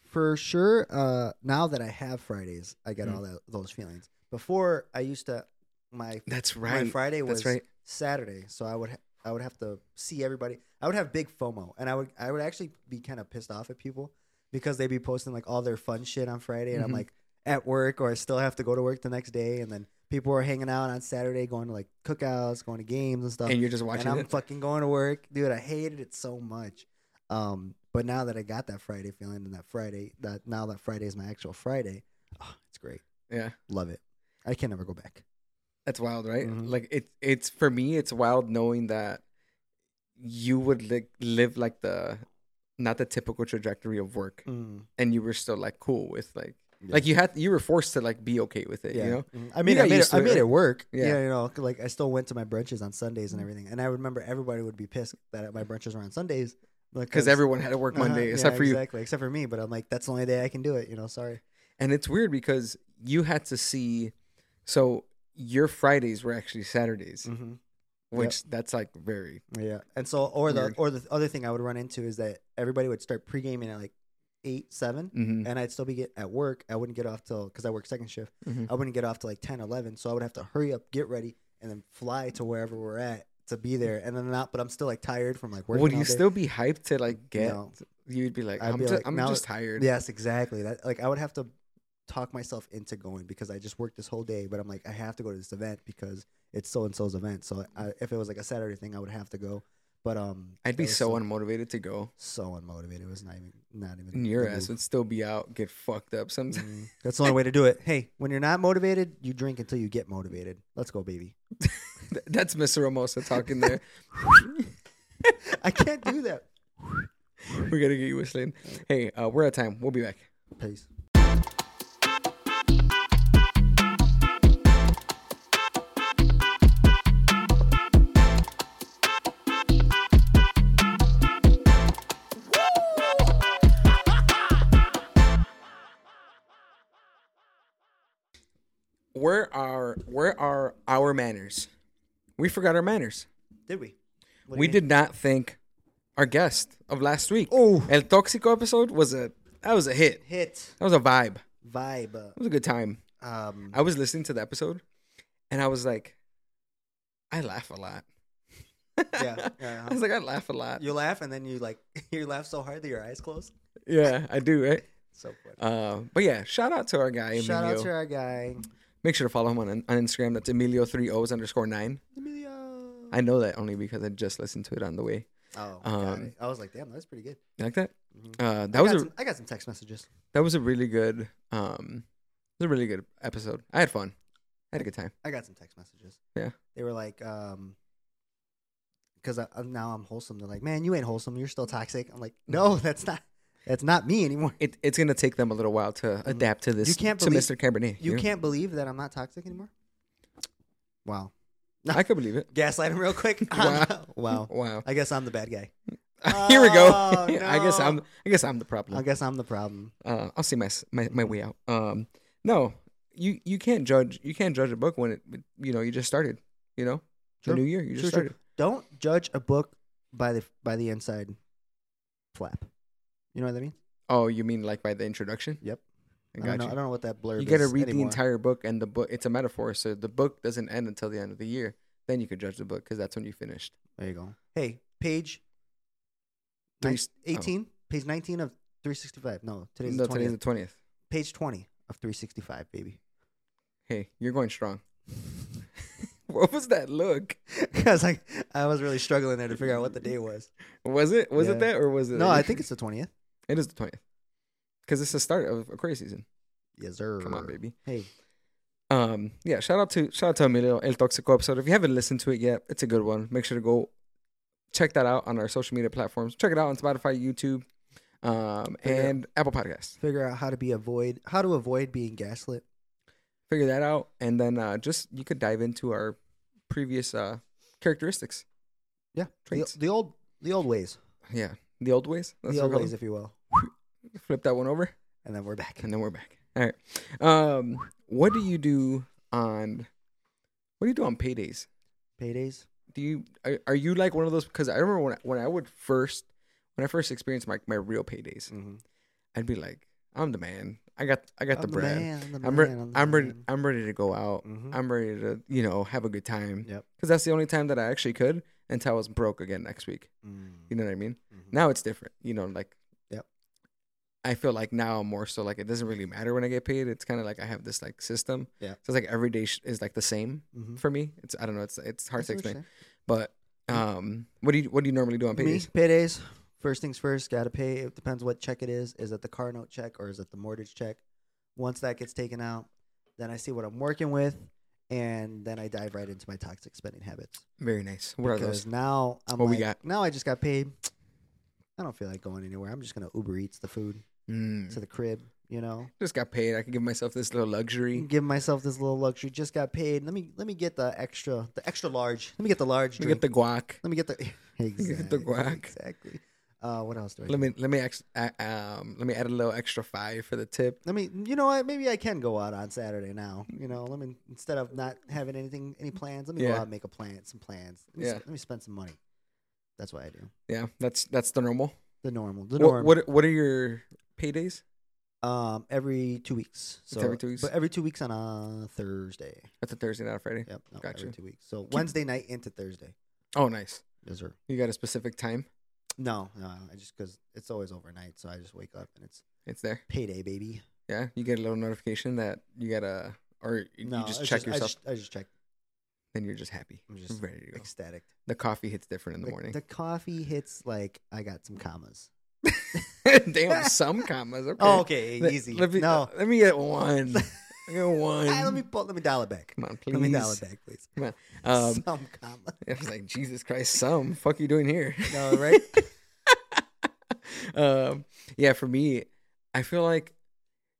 Speaker 2: for sure. Uh, now that I have Fridays, I get
Speaker 1: Mm.
Speaker 2: all that, those feelings. Before I used to, my
Speaker 1: That's
Speaker 2: my Friday
Speaker 1: That's
Speaker 2: was
Speaker 1: right.
Speaker 2: Saturday, so I would ha- I would have to see everybody. I would have big FOMO, and I would I would actually be kind of pissed off at people because they'd be posting like all their fun shit on Friday, and
Speaker 1: Mhm.
Speaker 2: I'm like at work or I still have to go to work the next day, and then people are hanging out on Saturday, going to like cookouts, going to games and stuff,
Speaker 1: and you're just
Speaker 2: and
Speaker 1: watching
Speaker 2: I'm
Speaker 1: it.
Speaker 2: fucking going to work, dude. I hated it so much. Um, but now that I got that Friday feeling and that Friday that now that Friday is my actual Friday, oh, it's great.
Speaker 1: Yeah.
Speaker 2: Love it. I can never go back.
Speaker 1: That's wild, right?
Speaker 2: Mhm.
Speaker 1: Like it it's for me it's wild knowing that you would like live like the not the typical trajectory of work and you were still like cool with like
Speaker 2: Mm. Yeah.
Speaker 1: like you had you were forced to like be okay with it, you know?
Speaker 2: Mm, I mean,
Speaker 1: got
Speaker 2: I made,
Speaker 1: used
Speaker 2: it,
Speaker 1: to
Speaker 2: I
Speaker 1: it,
Speaker 2: made
Speaker 1: right?
Speaker 2: it work.
Speaker 1: Yeah.
Speaker 2: Yeah. you know, c- like I still went to my brunches on Sundays and everything. And I remember everybody would be pissed that my brunches were on Sundays
Speaker 1: Cuz everyone had to work
Speaker 2: Uh-huh,
Speaker 1: Monday
Speaker 2: yeah,
Speaker 1: except for you.
Speaker 2: exactly, except for me. But I'm like, that's the only day I can do it. You know, sorry.
Speaker 1: And it's weird because you had to see so your Fridays were actually Saturdays,
Speaker 2: Mm-hmm.
Speaker 1: which that's like very
Speaker 2: Yeah, and so or the
Speaker 1: Weird.
Speaker 2: or the other thing I would run into is that everybody would start pre-gaming at like eight seven.
Speaker 1: Mhm.
Speaker 2: And I'd still be get at work. I wouldn't get off till because I work second shift.
Speaker 1: Mhm.
Speaker 2: I wouldn't get off till like 10, 11. So I would have to hurry up, get ready, and then fly to wherever we're at to be there. And then not, but I'm still like tired from like working.
Speaker 1: Would
Speaker 2: all
Speaker 1: you
Speaker 2: day.
Speaker 1: still be hyped to like get?
Speaker 2: No.
Speaker 1: You'd be like,
Speaker 2: I'd
Speaker 1: I'm,
Speaker 2: be
Speaker 1: ju-
Speaker 2: like,
Speaker 1: I'm
Speaker 2: now-
Speaker 1: just tired.
Speaker 2: Yes, exactly. That like I would have to talk myself into going because I just worked this whole day, but I'm like I have to go to this event because it's so and so's event. So I, if it was like a Saturday thing, I would have to go. But um,
Speaker 1: I'd be
Speaker 2: it was
Speaker 1: so unmotivated to go.
Speaker 2: so unmotivated. It was not even not even
Speaker 1: And your
Speaker 2: the
Speaker 1: ass
Speaker 2: move.
Speaker 1: would still be out, get fucked up sometimes.
Speaker 2: Mhm. That's the only way to do it. Hey, when you're not motivated, you drink until you get motivated. Let's go, baby.
Speaker 1: That's Mr. Ramosa talking there.
Speaker 2: I can't do that.
Speaker 1: We're gonna get you whistling. Hey, uh, we're out of time. We'll be back.
Speaker 2: Peace.
Speaker 1: Where are where are our manners? We forgot our manners.
Speaker 2: Did we? What do
Speaker 1: We
Speaker 2: you mean?
Speaker 1: did not thank our guest of last week.
Speaker 2: Oh.
Speaker 1: El Toxico episode was a that was a hit.
Speaker 2: hit
Speaker 1: That was a vibe. It
Speaker 2: vibe. uh,
Speaker 1: was a good time.
Speaker 2: Um,
Speaker 1: I was listening to the episode, and I was like, I laugh a lot.
Speaker 2: yeah, Um, yeah.
Speaker 1: I was like, I laugh a lot.
Speaker 2: You laugh and then you like you laugh so hard that your eyes close.
Speaker 1: Yeah, I do, right?
Speaker 2: So funny.
Speaker 1: Uh, but yeah, shout out to our guy Emilio.
Speaker 2: Shout out to our guy
Speaker 1: Make sure to follow him on on Instagram. That's Emilio three O's underscore nine.
Speaker 2: Emilio.
Speaker 1: I know that only because I just listened to it on the way.
Speaker 2: oh, got
Speaker 1: um,
Speaker 2: it. I was like, damn, that's pretty good.
Speaker 1: You like that?
Speaker 2: Mhm.
Speaker 1: Uh, that
Speaker 2: I
Speaker 1: was
Speaker 2: got
Speaker 1: a
Speaker 2: some- I got some text messages.
Speaker 1: that was a really good um, it was a really good episode. I had fun. I had a good time.
Speaker 2: I got some text messages.
Speaker 1: Yeah.
Speaker 2: They were like, um, because now I'm wholesome. They're like, man, you ain't wholesome. You're still toxic. I'm like, no,
Speaker 1: Mm.
Speaker 2: that's not. That's not me anymore.
Speaker 1: It, it's gonna take them a little while to adapt to this.
Speaker 2: Mm-hmm. You can't
Speaker 1: to
Speaker 2: believe-
Speaker 1: Mr. Cabernet.
Speaker 2: You
Speaker 1: know?
Speaker 2: can't believe that I'm not toxic anymore. Wow.
Speaker 1: I could believe it.
Speaker 2: Gaslight him real quick.
Speaker 1: Wow.
Speaker 2: wow.
Speaker 1: Wow.
Speaker 2: I guess I'm the bad guy.
Speaker 1: Here we go.
Speaker 2: Oh,
Speaker 1: I guess
Speaker 2: no.
Speaker 1: I'm I guess I'm the problem.
Speaker 2: I guess I'm the problem.
Speaker 1: uh, I'll see my, s- my my way out. Um, no, you you can't judge you can't judge a book when it you know you just started. You know,
Speaker 2: Sure.
Speaker 1: the new year you just
Speaker 2: Sure, sure.
Speaker 1: started.
Speaker 2: Don't judge a book by the by the inside flap. You know what I mean?
Speaker 1: Oh, you mean like by the introduction?
Speaker 2: Yep.
Speaker 1: I
Speaker 2: I don't
Speaker 1: got
Speaker 2: know. I
Speaker 1: you.
Speaker 2: don't know what that blurb.
Speaker 1: You got to
Speaker 2: is
Speaker 1: read
Speaker 2: anymore.
Speaker 1: the entire book, and the book it's a metaphor. So the book doesn't end until the end of the year. Then you could judge the book because that's when you finished.
Speaker 2: There you go. Hey, page
Speaker 1: Three
Speaker 2: nine-
Speaker 1: s- oh.
Speaker 2: 18, page 19 of 365. No, today's
Speaker 1: No,
Speaker 2: the 20th.
Speaker 1: today's the twentieth.
Speaker 2: Page 20 of 365, baby.
Speaker 1: Hey, you're going strong. what was that look?
Speaker 2: Because I, I was really struggling there to figure out what the day was.
Speaker 1: Was it was
Speaker 2: Yeah.
Speaker 1: it that or was it?
Speaker 2: No, I think it's the 20th.
Speaker 1: it is the twentieth because it's the start of Aquarius season.
Speaker 2: Yes, sir.
Speaker 1: Come on, baby.
Speaker 2: Hey,
Speaker 1: Um, yeah, shout out to shout out to Emilio El Toxico episode. If you haven't listened to it yet, it's a good one. Make sure to go check that out on our social media platforms. Check it out on Spotify, YouTube, um,
Speaker 2: Figure it
Speaker 1: and Apple Podcasts.
Speaker 2: figure out how to be avoid how to avoid being gaslit.
Speaker 1: Figure that out, and then uh, just you could dive into our previous uh, characteristics.
Speaker 2: Yeah, the,
Speaker 1: Traits.
Speaker 2: the old the old ways,
Speaker 1: Yeah, the old ways. That's
Speaker 2: the
Speaker 1: what we
Speaker 2: old
Speaker 1: call
Speaker 2: ways,
Speaker 1: them.
Speaker 2: if you will.
Speaker 1: Flip that one over,
Speaker 2: And then we're back.
Speaker 1: and then we're back. All right. Um, what do you do on? What do you do on paydays?
Speaker 2: Paydays.
Speaker 1: do you are, are you like one of those because i remember when I, when I would first when i first experienced my, my real paydays
Speaker 2: Mm-hmm.
Speaker 1: i'd be like i'm the man i got i got the bread
Speaker 2: Man, I'm the
Speaker 1: i'm,
Speaker 2: man,
Speaker 1: re- I'm ready i'm ready to go out
Speaker 2: Mhm.
Speaker 1: i'm ready to you know have a good time
Speaker 2: Yep.
Speaker 1: because that's the only time that i actually could until i was broke again next week
Speaker 2: Mm.
Speaker 1: you know what i mean now it's different you know like
Speaker 2: Mm-hmm. Yep.
Speaker 1: i feel like now i'm more so like it doesn't really matter when i get paid it's kind of like i have this like system
Speaker 2: Yeah.
Speaker 1: so it's like every day sh- is like the same
Speaker 2: Mm-hmm.
Speaker 1: for me it's i don't know it's it's hard to explain but um, what do you what do you normally do on
Speaker 2: Mm. Me,
Speaker 1: paydays?
Speaker 2: paydays. First things first, gotta pay. It depends what check it is. Is it the car note check or is it the mortgage check? Once that gets taken out, then I see what I'm working with, and then I dive right into my toxic spending habits.
Speaker 1: Very nice. What are
Speaker 2: Because
Speaker 1: those?
Speaker 2: now I'm
Speaker 1: What we
Speaker 2: like,
Speaker 1: got?
Speaker 2: now I just got paid. I don't feel like going anywhere. I'm just gonna Uber Eats the food
Speaker 1: Mm.
Speaker 2: to the crib. You know,
Speaker 1: Just got paid. I can give myself this little luxury.
Speaker 2: give myself this little luxury. Just got paid. Let me let me get the extra, the extra large. Let me get the large.
Speaker 1: Let me
Speaker 2: Drink.
Speaker 1: get the guac.
Speaker 2: Let me get the exactly,
Speaker 1: get the guac.
Speaker 2: Exactly. Uh, what else do I?
Speaker 1: Let
Speaker 2: do?
Speaker 1: me let me ex- uh, um let me add a little extra five for the tip.
Speaker 2: Let me. You know what? Maybe I can go out on Saturday now. You know, let me instead of not having anything, any plans. Let me go
Speaker 1: Yeah.
Speaker 2: out and make a plan, some plans. Let me, s-
Speaker 1: Yeah.
Speaker 2: let me spend some money. That's what I do.
Speaker 1: Yeah, that's that's the normal.
Speaker 2: The normal. The
Speaker 1: What,
Speaker 2: normal.
Speaker 1: what what are your paydays?
Speaker 2: um, every two weeks. So
Speaker 1: every two weeks?
Speaker 2: But every two weeks on a Thursday.
Speaker 1: That's a Thursday, not a Friday.
Speaker 2: Yep. No,
Speaker 1: Gotcha.
Speaker 2: Every two weeks. So Wednesday night into Thursday.
Speaker 1: Oh, nice.
Speaker 2: Yes, sir.
Speaker 1: You got a specific time?
Speaker 2: No, no. I just because it's always overnight, so I just wake up and it's
Speaker 1: It's there.
Speaker 2: payday, baby.
Speaker 1: Yeah, you get a little notification that you got a or you
Speaker 2: No,
Speaker 1: just
Speaker 2: it's
Speaker 1: check
Speaker 2: just- I
Speaker 1: yourself.
Speaker 2: just, I just check.
Speaker 1: then you're just happy.
Speaker 2: I'm just
Speaker 1: ready to go.
Speaker 2: ecstatic.
Speaker 1: The coffee hits different in the morning.
Speaker 2: The coffee hits like I got some commas.
Speaker 1: Damn, some commas. Okay.
Speaker 2: Oh, okay,
Speaker 1: Let-
Speaker 2: easy.
Speaker 1: Let me, uh,
Speaker 2: no,
Speaker 1: let me get one. I get one.
Speaker 2: uh, Ah, let me pull, let me dial it back.
Speaker 1: Come on, Um, please.
Speaker 2: Let me dial it back, please.
Speaker 1: Come on. Um,
Speaker 2: some commas.
Speaker 1: I was like, Jesus Christ, some fuck you doing here?
Speaker 2: No, right?
Speaker 1: um, yeah, for me, I feel like,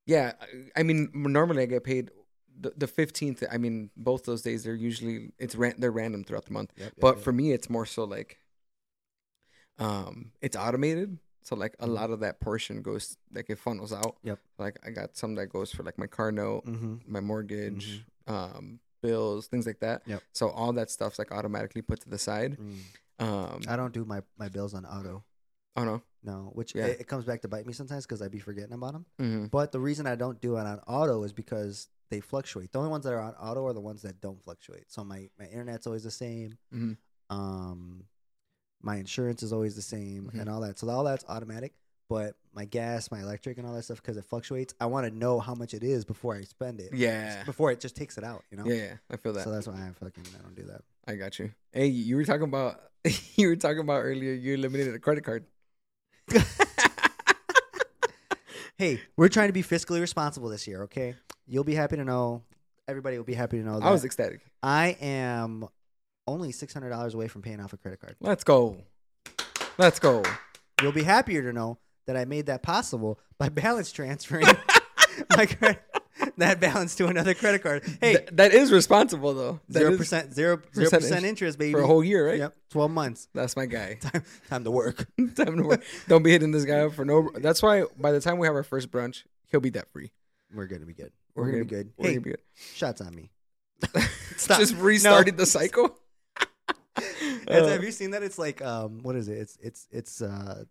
Speaker 1: yeah, I I mean, normally I get paid the the fifteenth. I mean, both those days they're usually it's ran, they're random throughout the month.
Speaker 2: Yep, yep,
Speaker 1: But
Speaker 2: yep.
Speaker 1: for me, it's more so like, um, it's automated. So like a lot of that portion goes like it funnels out.
Speaker 2: Mm-hmm. Yep.
Speaker 1: Like I got some that goes for like my car note,
Speaker 2: Mhm.
Speaker 1: my mortgage, um, bills, things like that.
Speaker 2: Mm-hmm. Yep.
Speaker 1: So all that stuff's like automatically put to the side.
Speaker 2: Mm.
Speaker 1: Um,
Speaker 2: I don't do my, my bills on auto.
Speaker 1: oh no.
Speaker 2: No, which
Speaker 1: Yeah.
Speaker 2: it, it comes back to bite me sometimes because I be forgetting about them.
Speaker 1: Mm-hmm.
Speaker 2: But the reason I don't do it on auto is because they fluctuate. The only ones that are on auto are the ones that don't fluctuate. So my, my internet's always the same.
Speaker 1: Mhm.
Speaker 2: Um, my insurance is always the same
Speaker 1: Mhm.
Speaker 2: and all that. So all that's automatic. But my gas, my electric, and all that stuff because it fluctuates. I want to know how much it is before I spend it.
Speaker 1: Yeah.
Speaker 2: Before it just takes it out. You know.
Speaker 1: Yeah, yeah, I feel that.
Speaker 2: So that's why I fucking I don't do that.
Speaker 1: I got you. Hey, you were talking about you were talking about earlier. You eliminated a credit card.
Speaker 2: Hey, we're trying to be fiscally responsible this year. Okay. You'll be happy to know. Everybody will be happy to know that
Speaker 1: I was ecstatic.
Speaker 2: I am only six hundred dollars away from paying off a credit card.
Speaker 1: Let's go. Let's go.
Speaker 2: You'll be happier to know that I made that possible by balance transferring my credit, that balance to another credit card. Hey,
Speaker 1: Th- that is responsible though. That
Speaker 2: zero
Speaker 1: is
Speaker 2: percent, zero zero
Speaker 1: percent
Speaker 2: percent
Speaker 1: in-
Speaker 2: interest, baby.
Speaker 1: for a whole year, right?
Speaker 2: Yep, twelve monks.
Speaker 1: That's my guy.
Speaker 2: Time, time to work.
Speaker 1: Time to work. Don't be hitting this guy up for no. That's why by the time we have our first brunch, he'll be debt free.
Speaker 2: We're gonna be good. We're, gonna, be good.
Speaker 1: We're
Speaker 2: hey,
Speaker 1: gonna be good.
Speaker 2: shots on me. Stop.
Speaker 1: Just
Speaker 2: No.
Speaker 1: restarted the cycle.
Speaker 2: That's-
Speaker 1: Uh,
Speaker 2: have you seen that? It's like um, what is it? It's it's it's uh,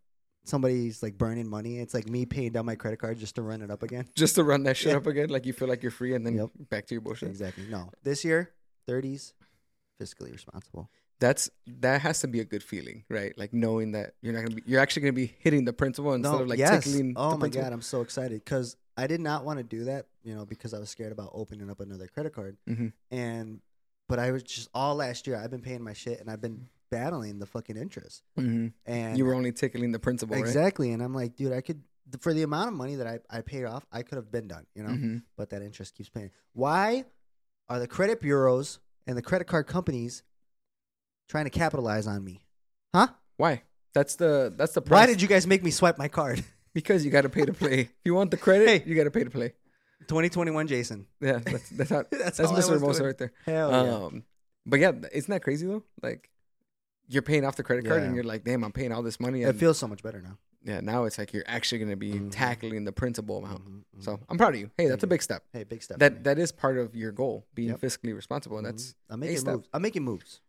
Speaker 2: somebody's like burning money. It's like me paying down my credit card just to run it up again.
Speaker 1: Just to run that shit
Speaker 2: Yeah.
Speaker 1: up again, like you feel like you're free, and then
Speaker 2: Yep.
Speaker 1: back to your bullshit.
Speaker 2: Exactly. No, this year, thirties, fiscally responsible.
Speaker 1: that's that has to be a good feeling, right? Like knowing that you're not gonna be you're actually gonna be hitting the principal instead of like tickling
Speaker 2: oh
Speaker 1: the
Speaker 2: my
Speaker 1: principal.
Speaker 2: god, I'm so excited because I did not want to do that, you know, because I was scared about opening up another credit card.
Speaker 1: Mhm.
Speaker 2: And but I was just all last year. I've been paying my shit, and I've been battling the fucking interest.
Speaker 1: Mhm.
Speaker 2: And
Speaker 1: You were only tickling the principal, right?
Speaker 2: exactly. And I'm like, dude, I could for the amount of money that I I paid off, I could have been done, you know.
Speaker 1: Mhm.
Speaker 2: But that interest keeps paying. Why are the credit bureaus and the credit card companies trying to capitalize on me? Huh?
Speaker 1: Why? That's the that's the price.
Speaker 2: Why did you guys make me swipe my card?
Speaker 1: because you got to pay to play. If you want the credit,
Speaker 2: Hey.
Speaker 1: you got to pay to play.
Speaker 2: 2021 Jason.
Speaker 1: Yeah, that's that's how,
Speaker 2: That's
Speaker 1: that's,
Speaker 2: all I was
Speaker 1: Mr. Hermoso
Speaker 2: doing.
Speaker 1: right there.
Speaker 2: Hell
Speaker 1: Um, but yeah, th- isn't that crazy though? Like you're paying off the credit card, and
Speaker 2: Yeah.
Speaker 1: you're like, damn, I'm paying all this money.
Speaker 2: yeah. It
Speaker 1: And
Speaker 2: feels so much better now.
Speaker 1: yeah, now it's like you're actually gonna be
Speaker 2: Mhm.
Speaker 1: tackling the principal amount.
Speaker 2: Mhm, mhm.
Speaker 1: Oh. So I'm proud of you. Hey, that's a big step.
Speaker 2: hey, big step.
Speaker 1: That that is part of your goal, being
Speaker 2: Yep.
Speaker 1: fiscally responsible, and that's
Speaker 2: I'm
Speaker 1: a
Speaker 2: making
Speaker 1: step.
Speaker 2: moves. I'm making moves.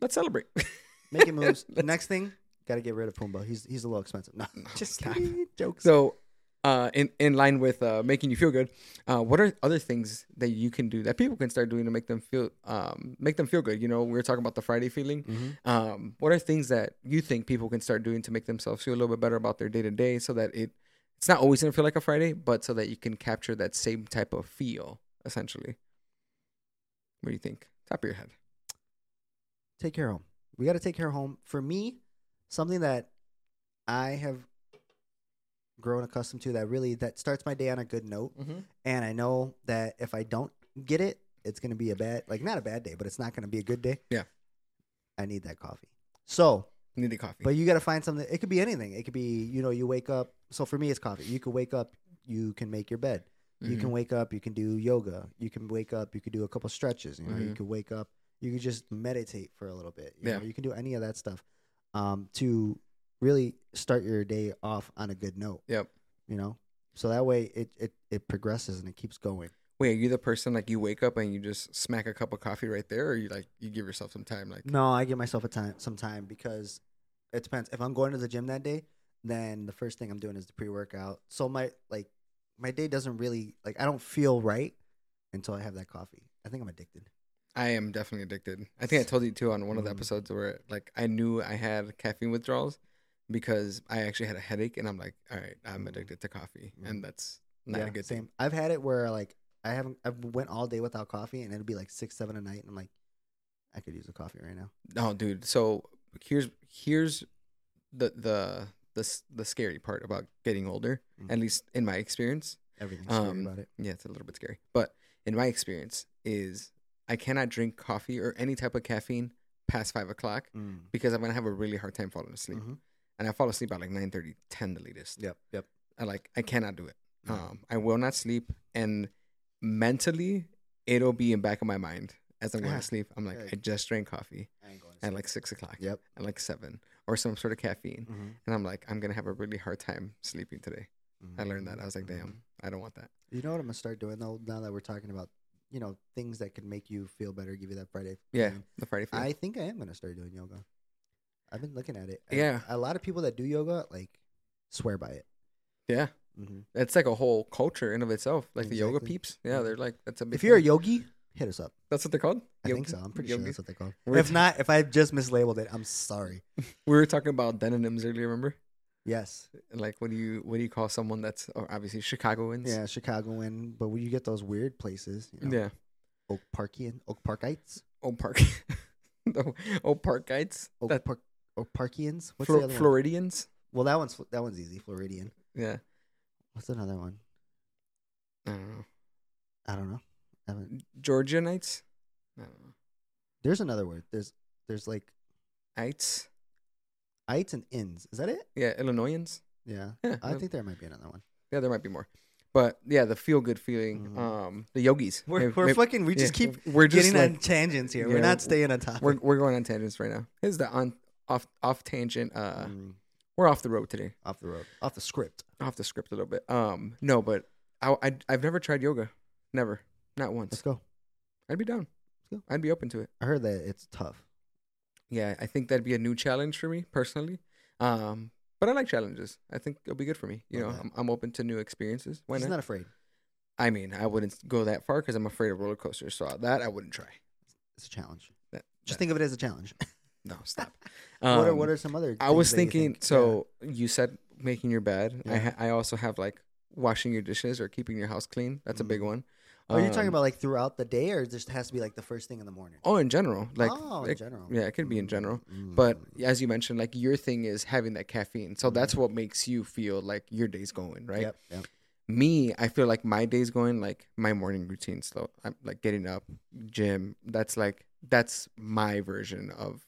Speaker 1: let's celebrate.
Speaker 2: Making moves. Next thing, gotta get rid of Pumbaa. He's he's a little expensive. No, just
Speaker 1: stop.
Speaker 2: kidding. jokes.
Speaker 1: So, uh, in in line with uh, making you feel good, uh, what are other things that you can do that people can start doing to make them feel um, make them feel good? You know, we were talking about the Friday feeling.
Speaker 2: Mhm.
Speaker 1: Um, what are things that you think people can start doing to make themselves feel a little bit better about their day to day, so that it it's not always gonna feel like a Friday, but so that you can capture that same type of feel essentially. What do you think? Top of your head.
Speaker 2: Take care home. We gotta take care home. For me, something that I have grown accustomed to that really that starts my day on a good note. And I know that if I don't get it, it's gonna be a bad like not a bad day, but it's not gonna be a good day.
Speaker 1: Yeah.
Speaker 2: I need that coffee. So
Speaker 1: Need the coffee.
Speaker 2: But you got to find something. It could be anything. It could be, you know, you wake up. So for me, it's coffee. You could wake up, you can make your bed. You
Speaker 1: Mhm.
Speaker 2: can wake up, you can do yoga. You can wake up, you could do a couple stretches. You know, you
Speaker 1: Mhm.
Speaker 2: could wake up, you could just meditate for a little bit. You
Speaker 1: Yeah.
Speaker 2: know, you can do any of that stuff um, to really start your day off on a good note.
Speaker 1: Yep.
Speaker 2: You know, so that way it it, it progresses and it keeps going.
Speaker 1: Wait, are you the person like you wake up and you just smack a cup of coffee right there, or you like you give yourself some time? Like,
Speaker 2: No, I give myself a time some time because it depends. If I'm going to the gym that day, then the first thing I'm doing is the pre workout. So my like my day doesn't really like I don't feel right until I have that coffee. I think I'm addicted.
Speaker 1: I am definitely addicted. I think I told you too on one of the
Speaker 2: Mm.
Speaker 1: episodes where like I knew I had caffeine withdrawals because I actually had a headache, and I'm like, all right, I'm
Speaker 2: Mm.
Speaker 1: addicted to coffee,
Speaker 2: Mm.
Speaker 1: and that's not a good thing.
Speaker 2: I've had it where like I haven't I went all day without coffee and it'd be like six, seven at night and I'm like, I could use a coffee right now.
Speaker 1: No, Oh, dude. So here's here's the the the s- the scary part about getting older,
Speaker 2: Mm.
Speaker 1: at least in my experience.
Speaker 2: Everything's scary
Speaker 1: Um,
Speaker 2: about it.
Speaker 1: Yeah, it's a little bit scary, but in my experience, is I cannot drink coffee or any type of caffeine past five o'clock
Speaker 2: Mm.
Speaker 1: because I'm gonna have a really hard time falling asleep.
Speaker 2: Mhm.
Speaker 1: and I fall asleep at like 9 10 the latest.
Speaker 2: Yep. Yep.
Speaker 1: I like I cannot do it.
Speaker 2: No.
Speaker 1: Um, I will not sleep, and mentally, it'll be in back of my mind as I'm going
Speaker 2: Ah,
Speaker 1: to sleep. I'm like,
Speaker 2: okay.
Speaker 1: I just drank coffee
Speaker 2: I ain't going to
Speaker 1: at
Speaker 2: sleep.
Speaker 1: like six Mm-hmm. o'clock,
Speaker 2: Yep.
Speaker 1: at like seven, or some sort of caffeine,
Speaker 2: Mhm,
Speaker 1: and I'm like, I'm gonna have a really hard time sleeping today. I learned that. I was like,
Speaker 2: mhm, mhm.
Speaker 1: damn, I don't want that.
Speaker 2: You know what I'm gonna start doing though? Now that we're talking about, you know, things that could make you feel better, give you that Friday.
Speaker 1: Yeah,
Speaker 2: feeling,
Speaker 1: the Friday feel.
Speaker 2: I think I am gonna start doing yoga. I've been looking at it. and
Speaker 1: Yeah.
Speaker 2: A lot of people that do yoga like swear by it.
Speaker 1: yeah,
Speaker 2: Mm-hmm.
Speaker 1: it's like a whole culture in of itself. Like the yoga
Speaker 2: Exactly.
Speaker 1: peeps. Yeah,
Speaker 2: Mhm.
Speaker 1: they're like that's a big.
Speaker 2: If you're a
Speaker 1: thing.
Speaker 2: yogi, hit us up.
Speaker 1: that's what they're called.
Speaker 2: I
Speaker 1: Yo-
Speaker 2: think so. I'm pretty sure
Speaker 1: yogis?
Speaker 2: that's what they call.
Speaker 1: We're
Speaker 2: If not, if I just mislabeled it, I'm sorry.
Speaker 1: We were talking about denims earlier. Remember?
Speaker 2: Yes.
Speaker 1: Like, what do you what do you call someone that's or obviously Chicagoans?
Speaker 2: Yeah, Chicagoan, but when you get those weird places, you know,
Speaker 1: yeah.
Speaker 2: Oak Parkian, Oak Parkites,
Speaker 1: Old Park. the Old Parkites.
Speaker 2: Oak
Speaker 1: that
Speaker 2: Park, Oak Parkians. What's
Speaker 1: Flo-
Speaker 2: the other one?
Speaker 1: Floridians.
Speaker 2: Well, that one's that one's easy. Floridian.
Speaker 1: Yeah.
Speaker 2: What's another one?
Speaker 1: I don't know.
Speaker 2: I don't know. I haven't.
Speaker 1: Georgianites. I don't know.
Speaker 2: There's another word. There's there's like
Speaker 1: Ites.
Speaker 2: ites and ins. Is that it?
Speaker 1: Yeah, Illinoisans.
Speaker 2: Yeah.
Speaker 1: Yeah.
Speaker 2: I
Speaker 1: no-
Speaker 2: think there might be another one.
Speaker 1: yeah, there might be more. But yeah, the feel good feeling.
Speaker 2: Mhm.
Speaker 1: Um the yogis.
Speaker 2: We're,
Speaker 1: Maybe-
Speaker 2: we're
Speaker 1: maybe-
Speaker 2: fucking. We just
Speaker 1: yeah,
Speaker 2: keep
Speaker 1: we're
Speaker 2: getting
Speaker 1: just like,
Speaker 2: on tangents here.
Speaker 1: yeah,
Speaker 2: we're
Speaker 1: w-
Speaker 2: not staying on topic.
Speaker 1: we're we're going on tangents right now. Here's the on off off tangent uh
Speaker 2: Mm,
Speaker 1: we're off the road today.
Speaker 2: off the road, off the script.
Speaker 1: Off the script a little bit. Um no, but I, I I've never tried yoga. Never. Not once.
Speaker 2: Let's go.
Speaker 1: I'd be down.
Speaker 2: Let's
Speaker 1: I'd be open to it.
Speaker 2: I heard that it's tough.
Speaker 1: yeah, I think that'd be a new challenge for me personally. Um, but I like challenges. I think it'll be good for me. You
Speaker 2: Love
Speaker 1: know,
Speaker 2: that.
Speaker 1: I'm, I'm open to new experiences. Why
Speaker 2: He's
Speaker 1: not?
Speaker 2: not afraid.
Speaker 1: I mean, I wouldn't go that far because I'm afraid of roller coasters. So that I wouldn't try.
Speaker 2: It's a challenge.
Speaker 1: That-
Speaker 2: Just
Speaker 1: that-
Speaker 2: think of it as a challenge.
Speaker 1: No, stop.
Speaker 2: what are
Speaker 1: Um,
Speaker 2: what are some other?
Speaker 1: I
Speaker 2: things
Speaker 1: was
Speaker 2: that you
Speaker 1: thinking.
Speaker 2: think-
Speaker 1: so you said making your bed. I
Speaker 2: Yeah.
Speaker 1: ha- I also have like washing your dishes or keeping your house clean. That's a big
Speaker 2: Mhm.
Speaker 1: one.
Speaker 2: Yeah. Are you talking
Speaker 1: Um,
Speaker 2: about like throughout the day, or just has to be like the first thing in the morning?
Speaker 1: Oh, in general, like
Speaker 2: oh, in
Speaker 1: it-
Speaker 2: general.
Speaker 1: yeah, it could be in general.
Speaker 2: Mm,
Speaker 1: But
Speaker 2: mm.
Speaker 1: as you mentioned, like your thing is having that caffeine, so that's
Speaker 2: Mhm.
Speaker 1: what makes you feel like your day's going right.
Speaker 2: mm. Yep, yep.
Speaker 1: me, I feel like my day's going like my morning routine slow. I'm like getting up, gym. That's like that's my version of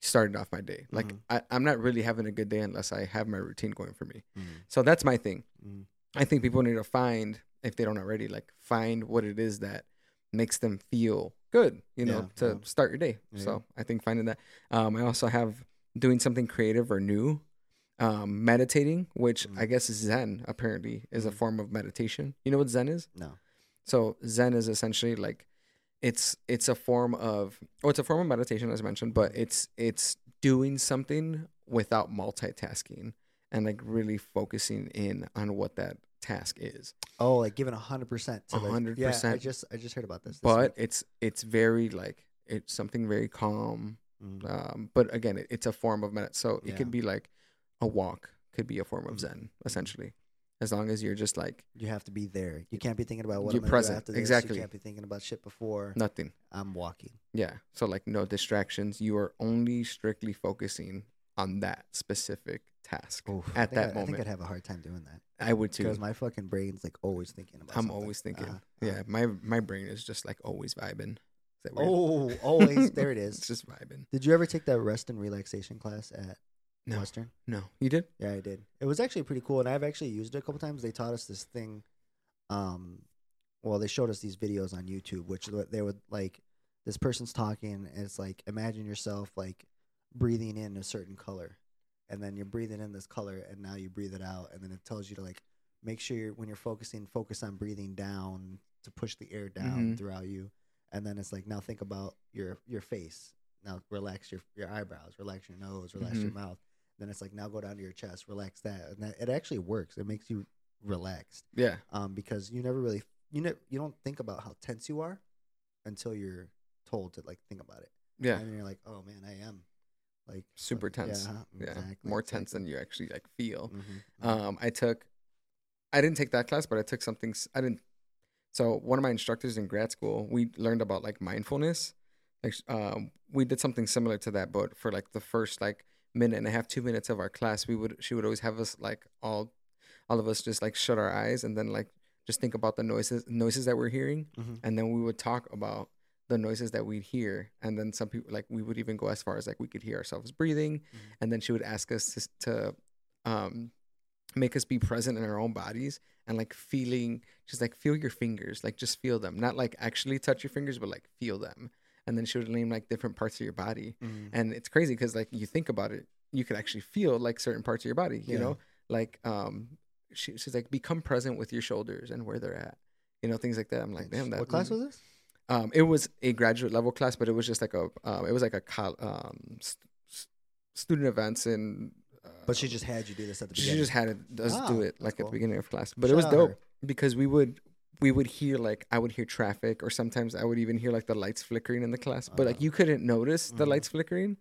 Speaker 1: starting off my day. Like
Speaker 2: Mhm.
Speaker 1: I, I'm not really having a good day unless I have my routine going for me.
Speaker 2: Mm,
Speaker 1: So that's my thing.
Speaker 2: mm.
Speaker 1: I think people need to find, if they don't already, like find what it is that makes them feel good, you know,
Speaker 2: Yeah,
Speaker 1: to
Speaker 2: yeah.
Speaker 1: start your day.
Speaker 2: Yeah,
Speaker 1: So I think finding that. Um, I also have doing something creative or new, um, meditating, which I
Speaker 2: Mm.
Speaker 1: guess is Zen apparently is a
Speaker 2: Mm.
Speaker 1: form of meditation. You know what Zen is?
Speaker 2: No.
Speaker 1: So Zen is essentially like it's it's a form of oh it's a form of meditation as mentioned, but it's it's doing something without multitasking and like really focusing in on what that task is.
Speaker 2: Oh, like giving hundred percent to like-
Speaker 1: hundred
Speaker 2: yeah, I
Speaker 1: percent.
Speaker 2: just I just heard about this. this
Speaker 1: But
Speaker 2: week.
Speaker 1: it's it's very like it's something very calm.
Speaker 2: Mm.
Speaker 1: Um, but again, it, it's a form of med. So it
Speaker 2: Yeah.
Speaker 1: could be like a walk could be a form
Speaker 2: Mhm.
Speaker 1: of Zen essentially, as long as you're just like
Speaker 2: you have to be there. You can't be thinking about what
Speaker 1: You're
Speaker 2: I'm gonna
Speaker 1: present,
Speaker 2: do after this.
Speaker 1: exactly.
Speaker 2: You can't be thinking about shit before
Speaker 1: nothing.
Speaker 2: I'm walking.
Speaker 1: Yeah. So like no distractions. You are only strictly focusing on that specific task
Speaker 2: Oof, I
Speaker 1: at
Speaker 2: think
Speaker 1: that
Speaker 2: I, I think
Speaker 1: moment.
Speaker 2: I'd have a hard time doing that
Speaker 1: I, would too.
Speaker 2: because my fucking brain's like always thinking about.
Speaker 1: I'm
Speaker 2: something.
Speaker 1: always thinking.
Speaker 2: Uh-huh,
Speaker 1: yeah. My my brain is just like always vibing. Is that
Speaker 2: uh-huh.
Speaker 1: weird?
Speaker 2: Oh, always there it
Speaker 1: It's
Speaker 2: is.
Speaker 1: just vibing.
Speaker 2: Did you ever take that rest and relaxation class at
Speaker 1: No.
Speaker 2: Western?
Speaker 1: No, you did.
Speaker 2: Yeah, I did. It was actually pretty cool, and I've actually used it a couple times. They taught us this thing. Um, well, they showed us these videos on YouTube, which th- they would like this person's talking, and it's like imagine yourself like breathing in a certain color, and then you're breathing in this color, and now you breathe it out, and then it tells you to like make sure you're, when you're focusing, focus on breathing down to push the air down
Speaker 1: Mhm.
Speaker 2: throughout you, and then it's like now think about your your face. Now relax your your eyebrows, relax your nose, relax
Speaker 1: Mm-hmm.
Speaker 2: your mouth then it's like now go down to your chest relax that and that, it actually works it makes you relaxed
Speaker 1: Yeah.
Speaker 2: um, because you never really you know you don't think about how tense you are until you're told to like think about it
Speaker 1: Yeah.
Speaker 2: and then you're like oh man i am like
Speaker 1: Super tense.
Speaker 2: yeah,
Speaker 1: Yeah.
Speaker 2: exactly,
Speaker 1: More
Speaker 2: exactly.
Speaker 1: tense than you actually like feel.
Speaker 2: Mhm, mhm.
Speaker 1: Um, I took, I didn't take that class, but I took something. s- I didn't. So one of my instructors in grad school, we learned about like mindfulness. Like, sh- um, we did something similar to that, but for like the first like minute and a half, two minutes of our class, we would she would always have us like all, all of us just like shut our eyes and then like just think about the noises noises that we're hearing,
Speaker 2: Mhm.
Speaker 1: and then we would talk about the noises that we'd hear, and then some people like we would even go as far as like we could hear ourselves breathing, and then she would ask us to, to um, make us be present in our own bodies and like feeling. She's like, feel your fingers, like just feel them, not like actually touch your fingers, but like feel them. And then she would name like different parts of your body,
Speaker 2: Mm-hmm.
Speaker 1: and it's crazy because like you think about it, you could actually feel like certain parts of your body, you
Speaker 2: Yeah.
Speaker 1: know, like um, she, she's like, become present with your shoulders and where they're at. You know things like that. I'm like, damn. That
Speaker 2: what class
Speaker 1: mm."
Speaker 2: was this?
Speaker 1: Um, it was a graduate level class, but it was just like a um, it was like a col- um, st- st- student events and. Uh,
Speaker 2: But she just had you do this at the
Speaker 1: she
Speaker 2: beginning.
Speaker 1: just had it does
Speaker 2: Oh,
Speaker 1: do it
Speaker 2: that's
Speaker 1: like at
Speaker 2: cool.
Speaker 1: the beginning of class, but it
Speaker 2: Shout
Speaker 1: was
Speaker 2: out
Speaker 1: dope
Speaker 2: her.
Speaker 1: because we would we would hear like I would hear traffic or sometimes I would even hear like the lights flickering in the class, but like
Speaker 2: Uh-huh.
Speaker 1: you couldn't notice the
Speaker 2: Mhm.
Speaker 1: lights flickering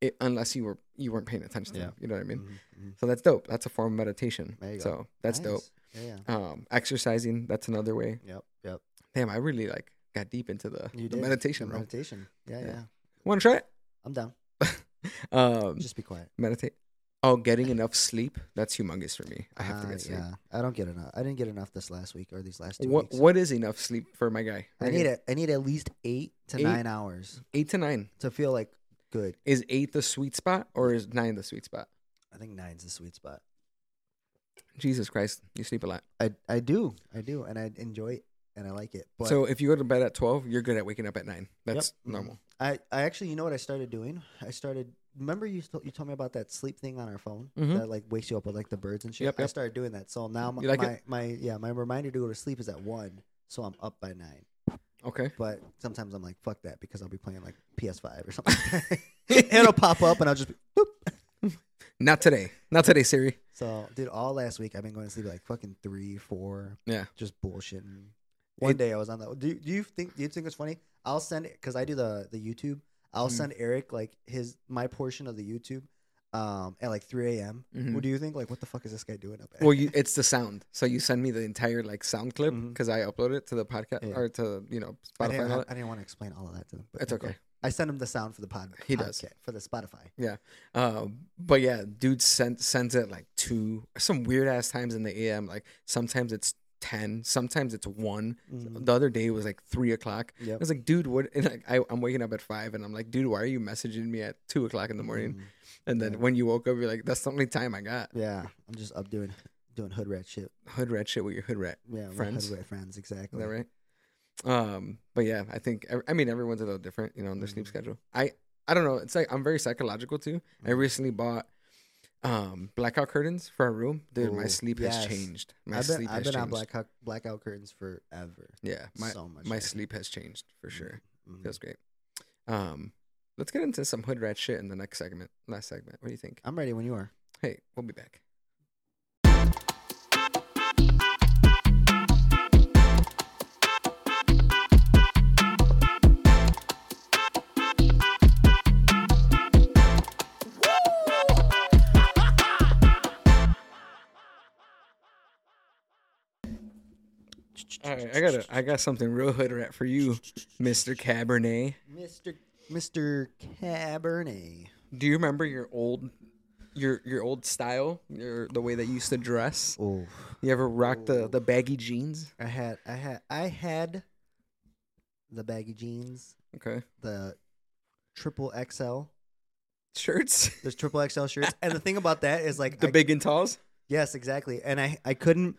Speaker 1: it, unless you were you weren't paying attention. to
Speaker 2: Yeah.
Speaker 1: them, you know what I mean.
Speaker 2: Mhm, mhm.
Speaker 1: So that's dope. That's a form of meditation.
Speaker 2: There you go.
Speaker 1: so that's
Speaker 2: Nice.
Speaker 1: dope.
Speaker 2: Yeah, yeah.
Speaker 1: Um, exercising that's another way.
Speaker 2: Yep. Yep.
Speaker 1: Damn, I really like got deep into the,
Speaker 2: You
Speaker 1: the
Speaker 2: did.
Speaker 1: meditation.
Speaker 2: The
Speaker 1: Bro.
Speaker 2: meditation. Yeah, yeah,
Speaker 1: Yeah. Want to try it?
Speaker 2: I'm down.
Speaker 1: Um,
Speaker 2: Just be quiet.
Speaker 1: meditate. Oh, getting enough sleep. That's humongous for me. I have to
Speaker 2: Ah,
Speaker 1: get sleep.
Speaker 2: Yeah, I don't get enough. I didn't get enough this last week or these last two
Speaker 1: What
Speaker 2: weeks.
Speaker 1: what is enough sleep for my guy?
Speaker 2: I
Speaker 1: Right
Speaker 2: need
Speaker 1: here.
Speaker 2: it. I need at least eight to
Speaker 1: Eight?
Speaker 2: nine hours
Speaker 1: Eight to nine.
Speaker 2: to feel like good.
Speaker 1: Is eight the sweet spot or is nine the sweet spot?
Speaker 2: I think nine's the sweet spot.
Speaker 1: Jesus Christ, you sleep a lot.
Speaker 2: I I do. I do, and I enjoy it, and I like it. But
Speaker 1: so if you go to bed at twelve, you're good at waking up at nine. That's
Speaker 2: mhm.
Speaker 1: normal.
Speaker 2: I, I actually, you know what I started doing? I started. Remember you told you told me about that sleep thing on our phone
Speaker 1: Mhm.
Speaker 2: that like wakes you up with like the birds and shit.
Speaker 1: Yep,
Speaker 2: I
Speaker 1: yep.
Speaker 2: started doing that, so now my,
Speaker 1: You like
Speaker 2: my,
Speaker 1: it?
Speaker 2: my yeah my reminder to go to sleep is at one, so I'm up by nine.
Speaker 1: Okay.
Speaker 2: But sometimes I'm like fuck that because I'll be playing like PS5 or something. like that. It'll pop up and I'll just be, boop.
Speaker 1: Not today. Not today, Siri.
Speaker 2: So dude, all last week I've been going to sleep at, like fucking three, four.
Speaker 1: Yeah.
Speaker 2: just bullshitting. One
Speaker 1: It-
Speaker 2: day I was on that. Do, do you think do you think it's funny? I'll send it because I do the the YouTube. I'll
Speaker 1: Mhm.
Speaker 2: send Eric like his my portion of the YouTube um at like 3 a.m.
Speaker 1: Mhm.
Speaker 2: What do you think? Like, what the fuck is this guy doing up there?
Speaker 1: Well, you, it's the sound. So you send me the entire like sound clip
Speaker 2: Mhm.
Speaker 1: because I upload it to the podcast
Speaker 2: Yeah.
Speaker 1: or to you know
Speaker 2: I
Speaker 1: Spotify.
Speaker 2: didn't,
Speaker 1: And all that.
Speaker 2: I, didn't want to explain all of that to them. But
Speaker 1: It's okay.
Speaker 2: I sent him the sound for the pod.
Speaker 1: He does.
Speaker 2: podca- for the Spotify.
Speaker 1: Um, but yeah, dude sent, sends it like two, some weird ass times in the AM. Like sometimes it's 10, sometimes it's one.
Speaker 2: Mm-hmm.
Speaker 1: The other day was like three o'clock. I
Speaker 2: Yep.
Speaker 1: was like, dude, what? And like, I, I'm waking up at five and I'm like, dude, why are you messaging me at two o'clock in the morning?
Speaker 2: Mhm.
Speaker 1: And then
Speaker 2: yeah.
Speaker 1: when you woke up, you're like, that's the only time I got
Speaker 2: Yeah, I'm just up doing doing hood rat shit.
Speaker 1: hood rat shit with your hood rat.
Speaker 2: Yeah, with
Speaker 1: Friends.
Speaker 2: hood rat friends.
Speaker 1: Is
Speaker 2: Exactly.
Speaker 1: that right? Um, but yeah, I think I mean everyone's a little different, you know, in their sleep
Speaker 2: Mhm.
Speaker 1: schedule. I I don't know. It's like I'm very psychological too. I
Speaker 2: Mhm.
Speaker 1: recently bought um blackout curtains for our room. Dude, my
Speaker 2: Ooh,
Speaker 1: sleep
Speaker 2: yes.
Speaker 1: has changed. My
Speaker 2: I've been,
Speaker 1: sleep has
Speaker 2: I've been on
Speaker 1: changed.
Speaker 2: blackout blackout curtains forever.
Speaker 1: yeah, my
Speaker 2: so much.
Speaker 1: my
Speaker 2: better.
Speaker 1: sleep has changed for sure.
Speaker 2: Mhm.
Speaker 1: Feels great. Um, let's get into some hood rat shit in the next segment. Last segment. What do you think?
Speaker 2: I'm ready when you are.
Speaker 1: Hey, we'll be back. All right, I got a, I got something real hood rat for you, Mister Cabernet.
Speaker 2: Mr. Mr. Cabernet.
Speaker 1: Do you remember your old, your your old style, your the way that you used to dress?
Speaker 2: Oh,
Speaker 1: You ever rocked
Speaker 2: Oh.
Speaker 1: the the baggy jeans?
Speaker 2: I had, I had, I had the baggy jeans,
Speaker 1: Okay,
Speaker 2: the triple XL.
Speaker 1: shirts,
Speaker 2: There's triple XL shirts, and the thing about that is like
Speaker 1: the
Speaker 2: I-
Speaker 1: big and talls,
Speaker 2: Yes, exactly. And I, I couldn't.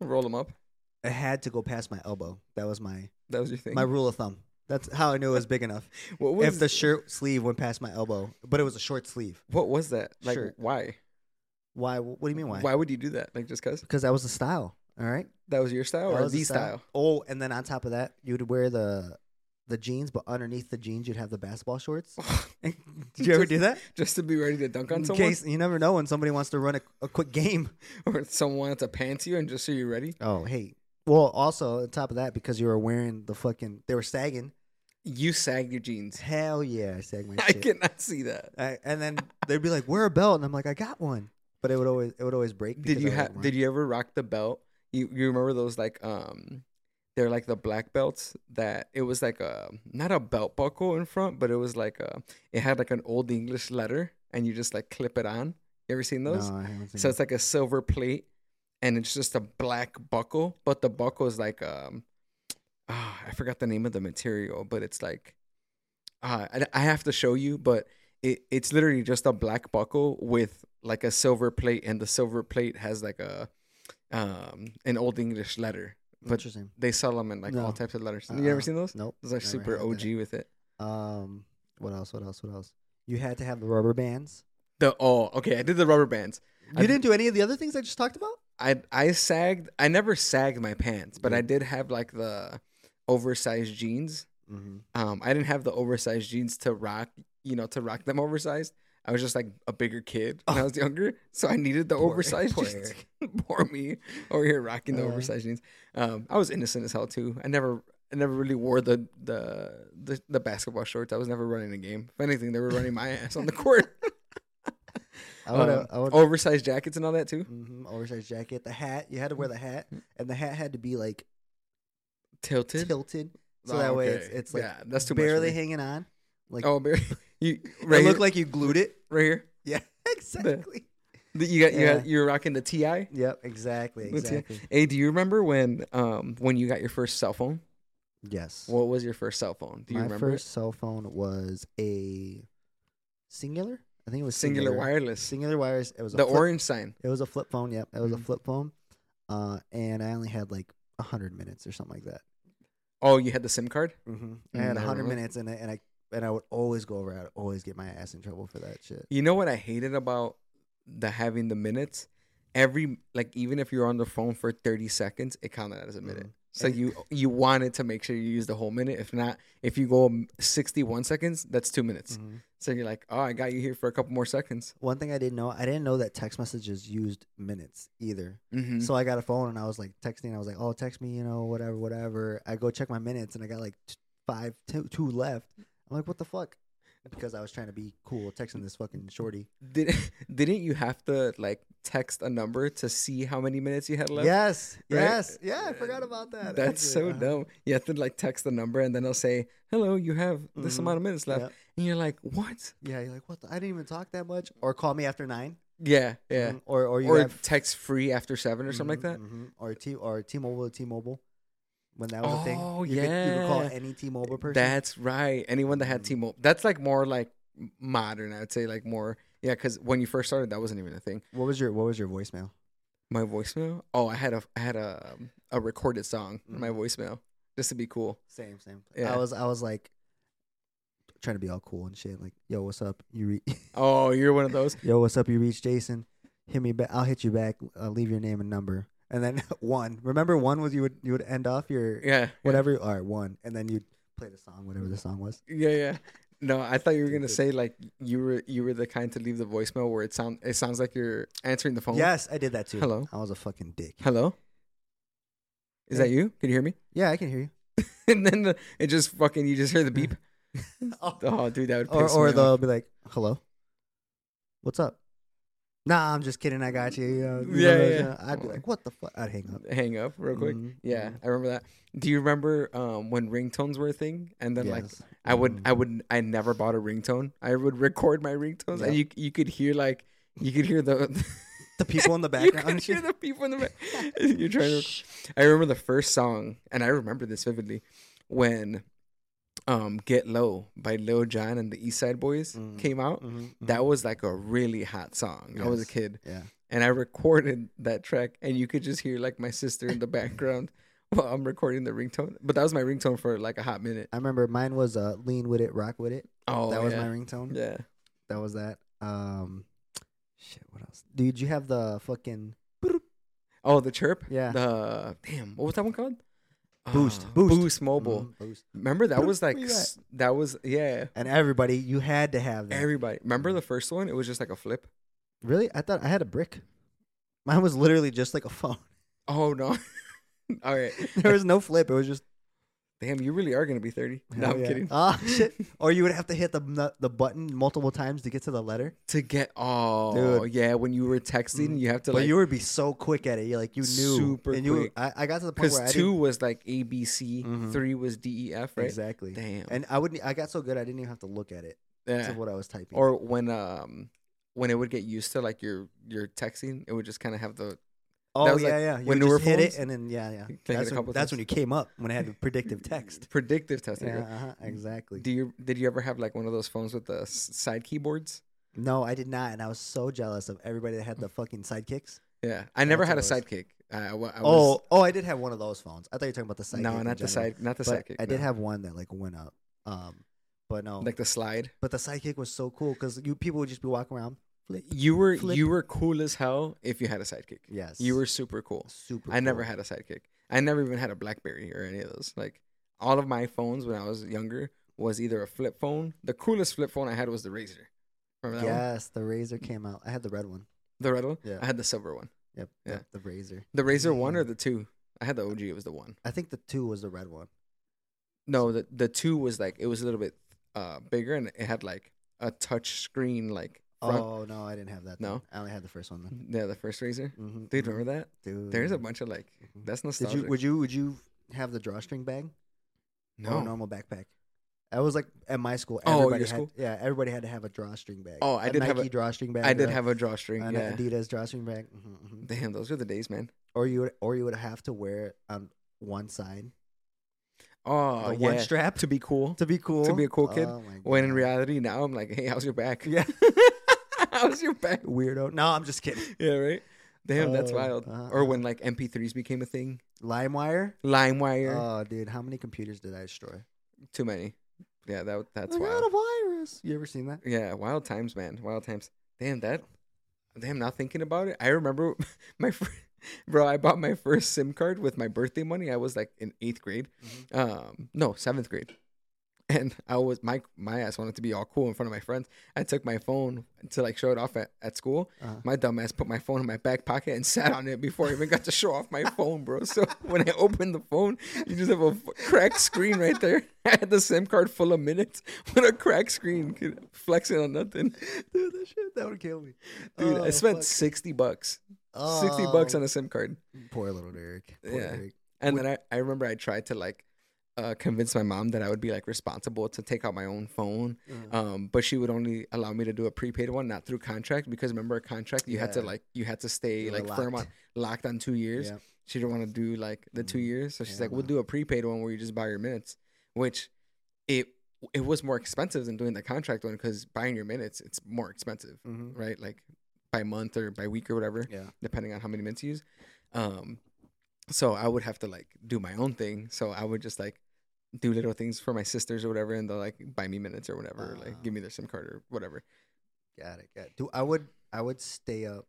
Speaker 1: roll them up.
Speaker 2: I had to go past my elbow. That was my
Speaker 1: That was your thing.
Speaker 2: my rule of thumb. That's how I knew it was big enough.
Speaker 1: what was
Speaker 2: if the shirt sleeve went past my elbow, but it was a short sleeve.
Speaker 1: what was that? Like
Speaker 2: Shirt.
Speaker 1: why?
Speaker 2: Why? What do you mean why?
Speaker 1: Why would you do that? Like just cause
Speaker 2: Because that was the style. All right.
Speaker 1: that was your style
Speaker 2: That
Speaker 1: or
Speaker 2: was the
Speaker 1: the style?
Speaker 2: Oh, and then on top of that, you'd wear the the jeans, but underneath the jeans, you'd have the basketball shorts. Did you ever do that?
Speaker 1: just to be ready to dunk on
Speaker 2: In
Speaker 1: someone,
Speaker 2: case you never know when somebody wants to run a, a quick game.
Speaker 1: or someone to pants you, and just so you're ready,
Speaker 2: Oh, hey. Well, also on top of that, because you were wearing the fucking, they were sagging.
Speaker 1: you sag your jeans.
Speaker 2: Hell yeah, I sag my
Speaker 1: I
Speaker 2: shit.
Speaker 1: cannot see that.
Speaker 2: I, and then they'd be like, "Wear a belt," and I'm like, "I got one," but it would always it would always break.
Speaker 1: Did you have? Did you ever rock the belt? You you remember those like um, they're like the black belts that it was like a not a belt buckle in front, but it was like a it had like an old English letter, and you just like clip it on. You ever seen those?
Speaker 2: No, I haven't seen
Speaker 1: So
Speaker 2: so
Speaker 1: it's like a silver plate, and it's just a black buckle, but the buckle is like um, ah, I forgot the name of the material, but it's like uh, I, I have to show you, but it, it's literally just a black buckle with like a silver plate, and the silver plate has like a um an old English letter. But
Speaker 2: Interesting.
Speaker 1: they sell them in like all
Speaker 2: No.
Speaker 1: types of letters.
Speaker 2: Uh-uh.
Speaker 1: You ever seen those?
Speaker 2: Nope.
Speaker 1: Those are
Speaker 2: never
Speaker 1: super
Speaker 2: had that.
Speaker 1: OG with it.
Speaker 2: Um, what else? What else? What else? You had to have the rubber bands.
Speaker 1: The oh, okay. I did the rubber bands.
Speaker 2: You didn't do any of the other things I just talked about.
Speaker 1: I I sagged. I never sagged my pants, but I
Speaker 2: Yeah.
Speaker 1: did have like the oversized jeans.
Speaker 2: Mm-hmm.
Speaker 1: Um, I didn't have the oversized jeans to rock. You know, to rock them oversized. I was just like a bigger kid when I was younger, so I needed the oversized jeans. poor me over here rocking the
Speaker 2: Uh.
Speaker 1: oversized jeans. Um, I was innocent as hell too. I never, I never really wore the, the the the basketball shorts. I was never running a game. If anything, they were running my ass on the court.
Speaker 2: I would.
Speaker 1: Um,
Speaker 2: have I would.
Speaker 1: Oversized jackets and all that too.
Speaker 2: hmm oversized jacket, the hat. You had to wear the hat, and the hat had to be like
Speaker 1: Mm-hmm. Tilted.
Speaker 2: tilted, so
Speaker 1: Oh,
Speaker 2: that way it's,
Speaker 1: okay.
Speaker 2: it's like
Speaker 1: yeah, that's too
Speaker 2: barely
Speaker 1: much. for me.
Speaker 2: hanging on. Like
Speaker 1: Oh, barely. You
Speaker 2: it
Speaker 1: right here,
Speaker 2: looked like you glued it.
Speaker 1: right here.
Speaker 2: Yeah, exactly.
Speaker 1: The- You got you
Speaker 2: Yeah.
Speaker 1: got you're rocking the Ti.
Speaker 2: Yep, exactly,
Speaker 1: With the-
Speaker 2: exactly.
Speaker 1: Hey, do you remember when um when you got your first cell phone?
Speaker 2: Yes.
Speaker 1: What was your first cell phone? Do you
Speaker 2: My
Speaker 1: remember?
Speaker 2: first cell phone was a singular. I think it
Speaker 1: it?
Speaker 2: was
Speaker 1: Singular wireless.
Speaker 2: Singular wires. It was a
Speaker 1: The
Speaker 2: flip,
Speaker 1: orange sign.
Speaker 2: It was a flip phone. Yep, it was a
Speaker 1: Mhm.
Speaker 2: flip phone. Uh, and I only had like hundred minutes or something like that.
Speaker 1: Oh, you had the SIM card.
Speaker 2: Mm-hmm. I had
Speaker 1: Mm, I
Speaker 2: hundred
Speaker 1: remember.
Speaker 2: minutes, and I, and I and I would always go over. I'd always get my ass in trouble for that shit.
Speaker 1: You know what I hated about the having the minutes? Every like even if you're on the phone for 30 seconds, it counted as a minute.
Speaker 2: Mhm.
Speaker 1: So
Speaker 2: And-
Speaker 1: you you wanted to make sure you use the whole minute. If not, if you go 61 seconds, that's 2 minutes.
Speaker 2: Mhm.
Speaker 1: So you're like, "Oh, I got you here for a couple more seconds."
Speaker 2: One thing I didn't know, I didn't know that text messages used minutes either.
Speaker 1: Mhm.
Speaker 2: So I got a phone and I was like texting. I was like, "Oh, text me, you know, whatever, whatever." I go check my minutes and I got like t- five, two, two left. I'm like, "What the fuck?" Because I was trying to be cool, texting this fucking shorty.
Speaker 1: Did didn't you have to like text a number to see how many minutes you had left?
Speaker 2: yes,
Speaker 1: Right?
Speaker 2: yes, yeah. I forgot about that.
Speaker 1: That's so
Speaker 2: actually. Uh-huh.
Speaker 1: dumb. You have to like text the number and then it'll say, "Hello, you have this
Speaker 2: Mhm.
Speaker 1: amount of minutes left,"
Speaker 2: Yep.
Speaker 1: and you're like, "What?"
Speaker 2: Yeah, you're like, "What? The- I didn't even talk that much." Or call me after nine.
Speaker 1: Yeah, yeah.
Speaker 2: Mhm. Or or you
Speaker 1: or
Speaker 2: have
Speaker 1: text free after seven or something like that.
Speaker 2: Mhm, mhm. Or T or T-Mobile, T-Mobile. When that was a thing,
Speaker 1: Oh,
Speaker 2: you could, you could call
Speaker 1: yeah.
Speaker 2: any T-Mobile person.
Speaker 1: That's right. Anyone that had
Speaker 2: Mhm.
Speaker 1: T-Mobile, that's like more like m- modern. I would say like more, yeah. Because when you first started, that wasn't even a thing.
Speaker 2: what was your What was your voicemail?
Speaker 1: My voicemail. Oh, I had a I had a um, a recorded song in my
Speaker 2: Mhm.
Speaker 1: voicemail just to be cool.
Speaker 2: Same, same.
Speaker 1: Yeah.
Speaker 2: I was, I was like trying to be all cool and shit. Like, yo, what's up? You, re-
Speaker 1: Oh, you're one of those.
Speaker 2: yo, what's up? You reach Jason. Hit me back. I'll hit you back. Uh, leave your name and number. And then one. Remember, one was you would you would end off your
Speaker 1: Yeah,
Speaker 2: whatever. All right, one. And then you'd play the song, whatever the song was.
Speaker 1: yeah, yeah. No, I thought you were gonna say
Speaker 2: Stupid.
Speaker 1: like you were you were the kind to leave the voicemail where it sound it sounds like you're answering the phone.
Speaker 2: Yes, I did that
Speaker 1: Oh.
Speaker 2: too.
Speaker 1: Hello.
Speaker 2: I was a fucking dick.
Speaker 1: Hello. Is
Speaker 2: Hey.
Speaker 1: that you? Can you hear me?
Speaker 2: Yeah, I can hear you.
Speaker 1: and then the, it just fucking you just hear the beep. Oh, dude, that would
Speaker 2: or
Speaker 1: piss
Speaker 2: or
Speaker 1: me
Speaker 2: they'll
Speaker 1: off.
Speaker 2: be like, "Hello, what's up?" Nah, I'm just kidding. I got you. you know, you know,
Speaker 1: Yeah,
Speaker 2: those,
Speaker 1: yeah.
Speaker 2: you know. I'd be like, "What the fuck?" I'd hang up
Speaker 1: hang up real quick.
Speaker 2: Mhm,
Speaker 1: Yeah,
Speaker 2: mhm.
Speaker 1: I remember that. Do you remember um, when ringtones were a thing? And then like
Speaker 2: Yes.
Speaker 1: I would,
Speaker 2: Mhm.
Speaker 1: I would, I never bought a ringtone. I would record my ringtones, and you you could hear like you could hear the
Speaker 2: the people in the
Speaker 1: you
Speaker 2: background.
Speaker 1: could
Speaker 2: and shit.
Speaker 1: hear the people in the back. You're trying to. I remember the first song, and I remember this vividly when um "Get Low" by Lil Jon and the East Side Boys
Speaker 2: Mm.
Speaker 1: came out.
Speaker 2: Mhm,
Speaker 1: That was like a really hot song. I was a
Speaker 2: Yes.
Speaker 1: kid
Speaker 2: mhm. yeah.
Speaker 1: and I recorded that track, and you could just hear like my sister in the background while I'm recording the ringtone. But that was my ringtone for like a hot minute.
Speaker 2: I remember mine was uh, "Lean with it, rock with it."
Speaker 1: Oh,
Speaker 2: that was
Speaker 1: yeah.
Speaker 2: my ringtone.
Speaker 1: yeah.
Speaker 2: That was that. Um, shit. What else? Dude, you have the fucking
Speaker 1: Oh, the chirp.
Speaker 2: Yeah.
Speaker 1: The damn, what was that one called?
Speaker 2: Boost,
Speaker 1: Uh,
Speaker 2: Boost.
Speaker 1: Mobile.
Speaker 2: Mhm, boost.
Speaker 1: Remember that was like
Speaker 2: Yeah.
Speaker 1: s- that was yeah.
Speaker 2: And everybody, you had to have that.
Speaker 1: Everybody remember the first one? It was just like a flip.
Speaker 2: really? I thought I had a brick. Mine was literally just like a phone.
Speaker 1: Oh no. All right.
Speaker 2: there was no flip. It was just
Speaker 1: Damn, you really are gonna be thirty. No,
Speaker 2: Hell
Speaker 1: I'm
Speaker 2: yeah.
Speaker 1: kidding.
Speaker 2: Ah, shit. Or you would have to hit the nu- the button multiple times to get to the letter.
Speaker 1: To get oh
Speaker 2: Dude.
Speaker 1: yeah, when you were texting,
Speaker 2: Mhm.
Speaker 1: Mm-hmm. you have to
Speaker 2: But
Speaker 1: like
Speaker 2: you would be so quick at it. You like you knew
Speaker 1: Super
Speaker 2: and you,
Speaker 1: quick.
Speaker 2: I, I got to the point
Speaker 1: because
Speaker 2: where I
Speaker 1: two
Speaker 2: didn't,
Speaker 1: was like A B C,
Speaker 2: Mhm.
Speaker 1: three was D E F, right?
Speaker 2: exactly.
Speaker 1: Damn.
Speaker 2: And I wouldn't. I got so good I didn't even have to look at it.
Speaker 1: yeah.
Speaker 2: To what I was typing.
Speaker 1: Or when um when it would get used to like your your texting, it would just kind of have the
Speaker 2: Oh
Speaker 1: was,
Speaker 2: yeah,
Speaker 1: like,
Speaker 2: yeah. You
Speaker 1: when
Speaker 2: would
Speaker 1: newer
Speaker 2: just hit it
Speaker 1: phones-
Speaker 2: and then yeah, yeah.
Speaker 1: Click it a
Speaker 2: That's, when,
Speaker 1: couple
Speaker 2: that's
Speaker 1: times.
Speaker 2: when you came up when I had the predictive text.
Speaker 1: Predictive test. there
Speaker 2: yeah,
Speaker 1: you go.
Speaker 2: uh-huh, exactly.
Speaker 1: Do you did you ever have like one of those phones with the s- side keyboards?
Speaker 2: No, I did not, and I was so jealous of everybody that had the fucking sidekicks.
Speaker 1: Yeah, I never
Speaker 2: that's
Speaker 1: had a
Speaker 2: what
Speaker 1: sidekick. I, I wa- I was,
Speaker 2: Oh, oh, I did have one of those phones. I thought you were talking about the sidekick.
Speaker 1: no,
Speaker 2: in
Speaker 1: not the
Speaker 2: general.
Speaker 1: side, not the
Speaker 2: But
Speaker 1: sidekick.
Speaker 2: I did
Speaker 1: no.
Speaker 2: have one that like went up. Um, but no,
Speaker 1: like the slide.
Speaker 2: but the sidekick was so cool because you people would just be walking around. Flip.
Speaker 1: You were
Speaker 2: Flip.
Speaker 1: you were cool as hell if you had a sidekick.
Speaker 2: Yes,
Speaker 1: You were super cool.
Speaker 2: super.
Speaker 1: I never
Speaker 2: cool.
Speaker 1: had a sidekick. I never even had a BlackBerry or any of those. Like all of my phones when I was younger was either a flip phone. The coolest flip phone I had was the Razor. Remember that one?
Speaker 2: Yes, the razor came out. I had the red one.
Speaker 1: The red one.
Speaker 2: Yeah.
Speaker 1: I had the silver one.
Speaker 2: Yep,
Speaker 1: Yeah.
Speaker 2: yep, the razor.
Speaker 1: The Razor one or
Speaker 2: Mhm.
Speaker 1: the two? I had the OG. It was the one.
Speaker 2: I think the two was the red one.
Speaker 1: No, the the two was like it was a little bit uh bigger and it had like a touch screen like front.
Speaker 2: Oh no, I didn't have that.
Speaker 1: No?
Speaker 2: then. I only had the first one then.
Speaker 1: Yeah, the first Razor.
Speaker 2: Mm-hmm.
Speaker 1: Dude, remember that?
Speaker 2: Dude,
Speaker 1: There's a bunch of like
Speaker 2: Mhm.
Speaker 1: that's
Speaker 2: Did
Speaker 1: nostalgic.
Speaker 2: you would oh, you would you have the drawstring bag? or
Speaker 1: no.
Speaker 2: a normal backpack. I was like at my school.
Speaker 1: Oh,
Speaker 2: Everybody
Speaker 1: your
Speaker 2: had,
Speaker 1: school?
Speaker 2: Yeah, everybody had to have a drawstring bag.
Speaker 1: Oh, I did have
Speaker 2: Nike
Speaker 1: a-
Speaker 2: drawstring bag.
Speaker 1: I did
Speaker 2: or
Speaker 1: have a drawstring.
Speaker 2: an
Speaker 1: yeah.
Speaker 2: Adidas drawstring bag. hmm hmm
Speaker 1: Damn, those were the days, man.
Speaker 2: Or you would, or you would have to wear it on one side,
Speaker 1: Oh,
Speaker 2: the
Speaker 1: yeah.
Speaker 2: one strap
Speaker 1: to be cool.
Speaker 2: to be cool,
Speaker 1: be a cool kid,
Speaker 2: Oh, my
Speaker 1: When in
Speaker 2: God.
Speaker 1: reality, now I'm like, hey, how's your back?
Speaker 2: yeah,
Speaker 1: how's your back?
Speaker 2: weirdo. No, I'm just kidding.
Speaker 1: Yeah, right. Damn, that's
Speaker 2: Oh,
Speaker 1: wild.
Speaker 2: uh,
Speaker 1: Or
Speaker 2: uh.
Speaker 1: when like MP3s became a thing,
Speaker 2: LimeWire.
Speaker 1: LimeWire,
Speaker 2: Oh, dude, how many computers did I destroy?
Speaker 1: too many. Yeah, that that's
Speaker 2: I
Speaker 1: wild.
Speaker 2: got a virus. You ever seen that?
Speaker 1: Yeah, wild times, man. Wild times. Damn that. Damn, now thinking about it, I remember my fr- bro. I bought my first SIM card with my birthday money. I was like in eighth grade, um, no seventh grade, and I was my my ass wanted to be all cool in front of my friends. I took my phone to like show it off at, at school.
Speaker 2: Uh-huh.
Speaker 1: My dumb ass put my phone in my back pocket and sat on it before I even got to show off my phone, bro. So when I opened the phone, you just have a f- cracked screen right there. I had the SIM card full of minutes with a cracked screen, kid, flexing on nothing.
Speaker 2: Dude, that shit that would kill me.
Speaker 1: Dude, I
Speaker 2: Oh,
Speaker 1: spent
Speaker 2: fuck.
Speaker 1: 60 bucks. 60 bucks
Speaker 2: Oh,
Speaker 1: on a SIM card.
Speaker 2: poor little Derek. Poor
Speaker 1: Yeah.
Speaker 2: Derek.
Speaker 1: And then I, I remember I tried to like uh, convince my mom that I would be like responsible to take out my own phone.
Speaker 2: Uh,
Speaker 1: Um, but she would only allow me to do a prepaid one, not through contract, because remember a contract you had to
Speaker 2: Yeah.
Speaker 1: like you had to stay
Speaker 2: You were
Speaker 1: like firm on
Speaker 2: locked.
Speaker 1: locked on two years.
Speaker 2: Yep.
Speaker 1: She didn't want to do like the two years, so she's
Speaker 2: Mm-hmm. Yeah,
Speaker 1: like, "We'll
Speaker 2: no.
Speaker 1: do a prepaid one where you just buy your minutes," which it it was more expensive than doing the contract one because buying your minutes it's more expensive,
Speaker 2: mhm.
Speaker 1: right? Like by month or by week or whatever
Speaker 2: Yeah.
Speaker 1: depending on how many minutes you use. Um, so I would have to like do my own thing. So I would just like do little things for my sisters or whatever, and they'll like buy me minutes or whatever, or, like
Speaker 2: Ah.
Speaker 1: give me their SIM card or whatever,
Speaker 2: Got it. Got it. Dude, I would I would stay up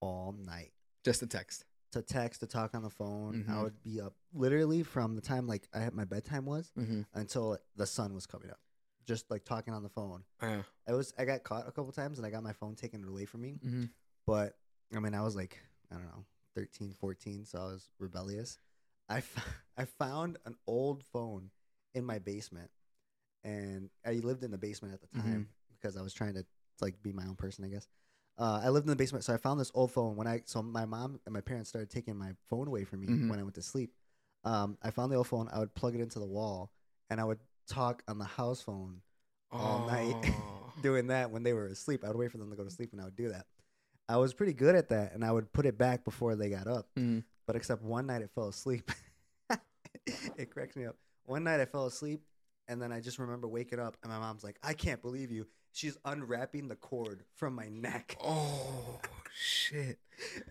Speaker 2: all night
Speaker 1: just to text.
Speaker 2: to text, to talk on the phone.
Speaker 1: Mhm.
Speaker 2: I would be up literally from the time like I had my bedtime was until the sun was coming up, just like talking on the phone.
Speaker 1: Uh,
Speaker 2: I was I got caught a couple times and I got my phone taken away from me.
Speaker 1: mhm.
Speaker 2: But I mean, I was like I don't know 13, 14, so I was rebellious. I f- I found an old phone in my basement, and I lived in the basement at the
Speaker 1: Mhm.
Speaker 2: time because I was trying to like be my own person, I guess. Uh, I lived in the basement, so I found this old phone. When I so my mom and my parents started taking my phone away from me
Speaker 1: Mhm.
Speaker 2: when I went to sleep. Um, I found the old phone. I would plug it into the wall, and I would talk on the house phone all night
Speaker 1: Oh.
Speaker 2: doing that when they were asleep. I would wait for them to go to sleep, and I would do that. I was pretty good at that, and I would put it back before they got up.
Speaker 1: Mhm.
Speaker 2: But except one night, it fell asleep. it cracks me up. One night, I fell asleep, and then I just remember waking up, and my mom's like, "I can't believe you." She's unwrapping the cord from my neck.
Speaker 1: Oh shit!